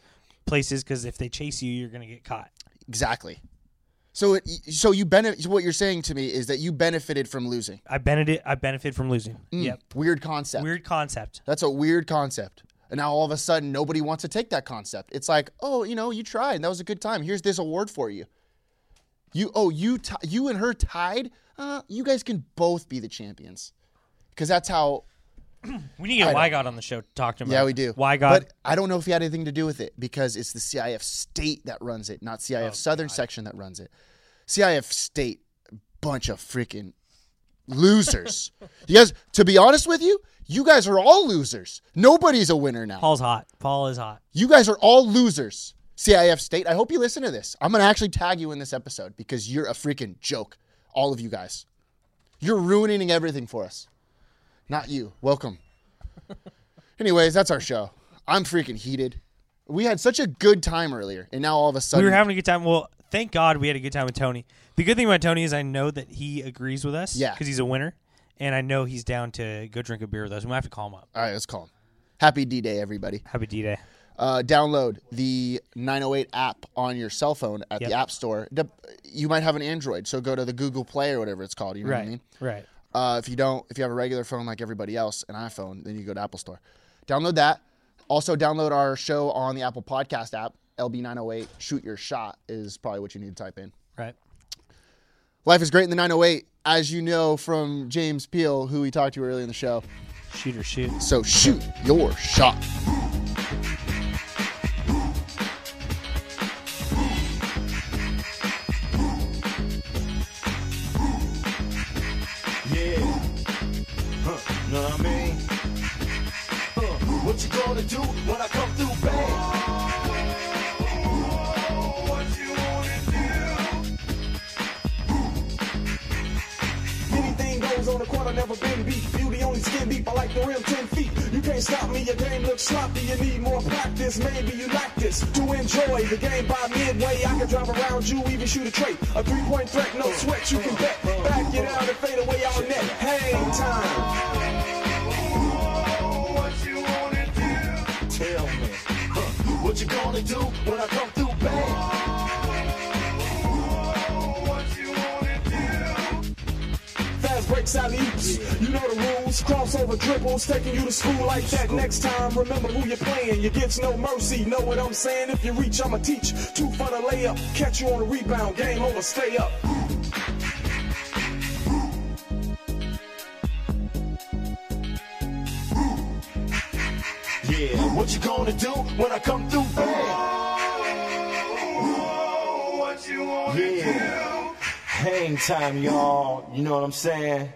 S4: places because if they chase you, you're going to get caught.
S3: exactly. So it so you benefit. What you're saying to me is that you benefited from losing.
S4: I benefit. I benefit from losing.
S3: Mm,
S4: Yep.
S3: Weird concept.
S4: Weird concept.
S3: That's a weird concept. And now all of a sudden, nobody wants to take that concept. It's like, oh, you know, you tried. and That was a good time. Here's this award for you. You, oh, you, ti you and her tied. Uh, you guys can both be the champions, because that's how.
S4: We need to
S3: I
S4: get
S3: don't-
S4: Wygod on the show to talk to him.
S3: Yeah,
S4: about
S3: we
S4: it.
S3: do.
S4: Wygod.
S3: But I don't know if he had anything to do with it because it's the CIF State that runs it, not CIF Southern section that runs it. CIF State, bunch of freaking losers. you guys, to be honest with you, you guys are all losers. Nobody's a winner now.
S4: Paul's hot. Paul is hot.
S3: You guys are all losers. CIF State, I hope you listen to this. I'm going to actually tag you in this episode because you're a freaking joke. All of you guys. You're ruining everything for us. Not you. Welcome. Anyways, that's our show. I'm freaking heated. We had such a good time earlier, and now all of a sudden.
S4: we were having a good time. Well, thank God we had a good time with Tony. The good thing about Tony is I know that he agrees with us.
S3: Yeah.
S4: Because he's a winner. And I know he's down to go drink a beer with us. We might have to call him up.
S3: all right, let's call him. Happy D Day, everybody.
S4: Happy D Day.
S3: uh, download the 908 app on your cell phone at the
S4: Yep.
S3: App Store. Dep- You might have an Android, so go to the Google Play or whatever it's called. You know what
S4: Right,
S3: I mean?
S4: right.
S3: Uh, if you don't, if you have a regular phone like everybody else, an iPhone, then you go to Apple Store. Download that. Also, download our show on the Apple Podcast app LB908, shoot your shot is probably what you need to type in.
S4: Right.
S3: Life is great in the 908, as you know from James Peel, who we talked to earlier in the show.
S4: Shoot or shoot.
S3: So shoot your shot.
S1: Yeah. Huh, know what I mean? Huh, what you gonna do when I come through bad? What you wanna do? Anything goes on the court, I never been beat. Beauty only skin deep, I like the rim 10 feet. You can't stop me, your game looks sloppy. You need more practice, maybe you like this. To enjoy the game by midway, I can drive around you, even shoot a trait. A three point threat, no sweat, you can bet. Back it out and fade away all net. Hang time. Tell me, huh, what you gonna do when I come through bad? Fast breaks out oops. You know the rules. Crossover dribbles, taking you to school like that. Next time, remember who you're playing. You gets no mercy. Know what I'm saying? If you reach, I'ma teach. Two for the layup. Catch you on a rebound. Game over. Stay up. Yeah, what you gonna do when I come through? what you wanna do? Hang time, y'all. You know what I'm saying?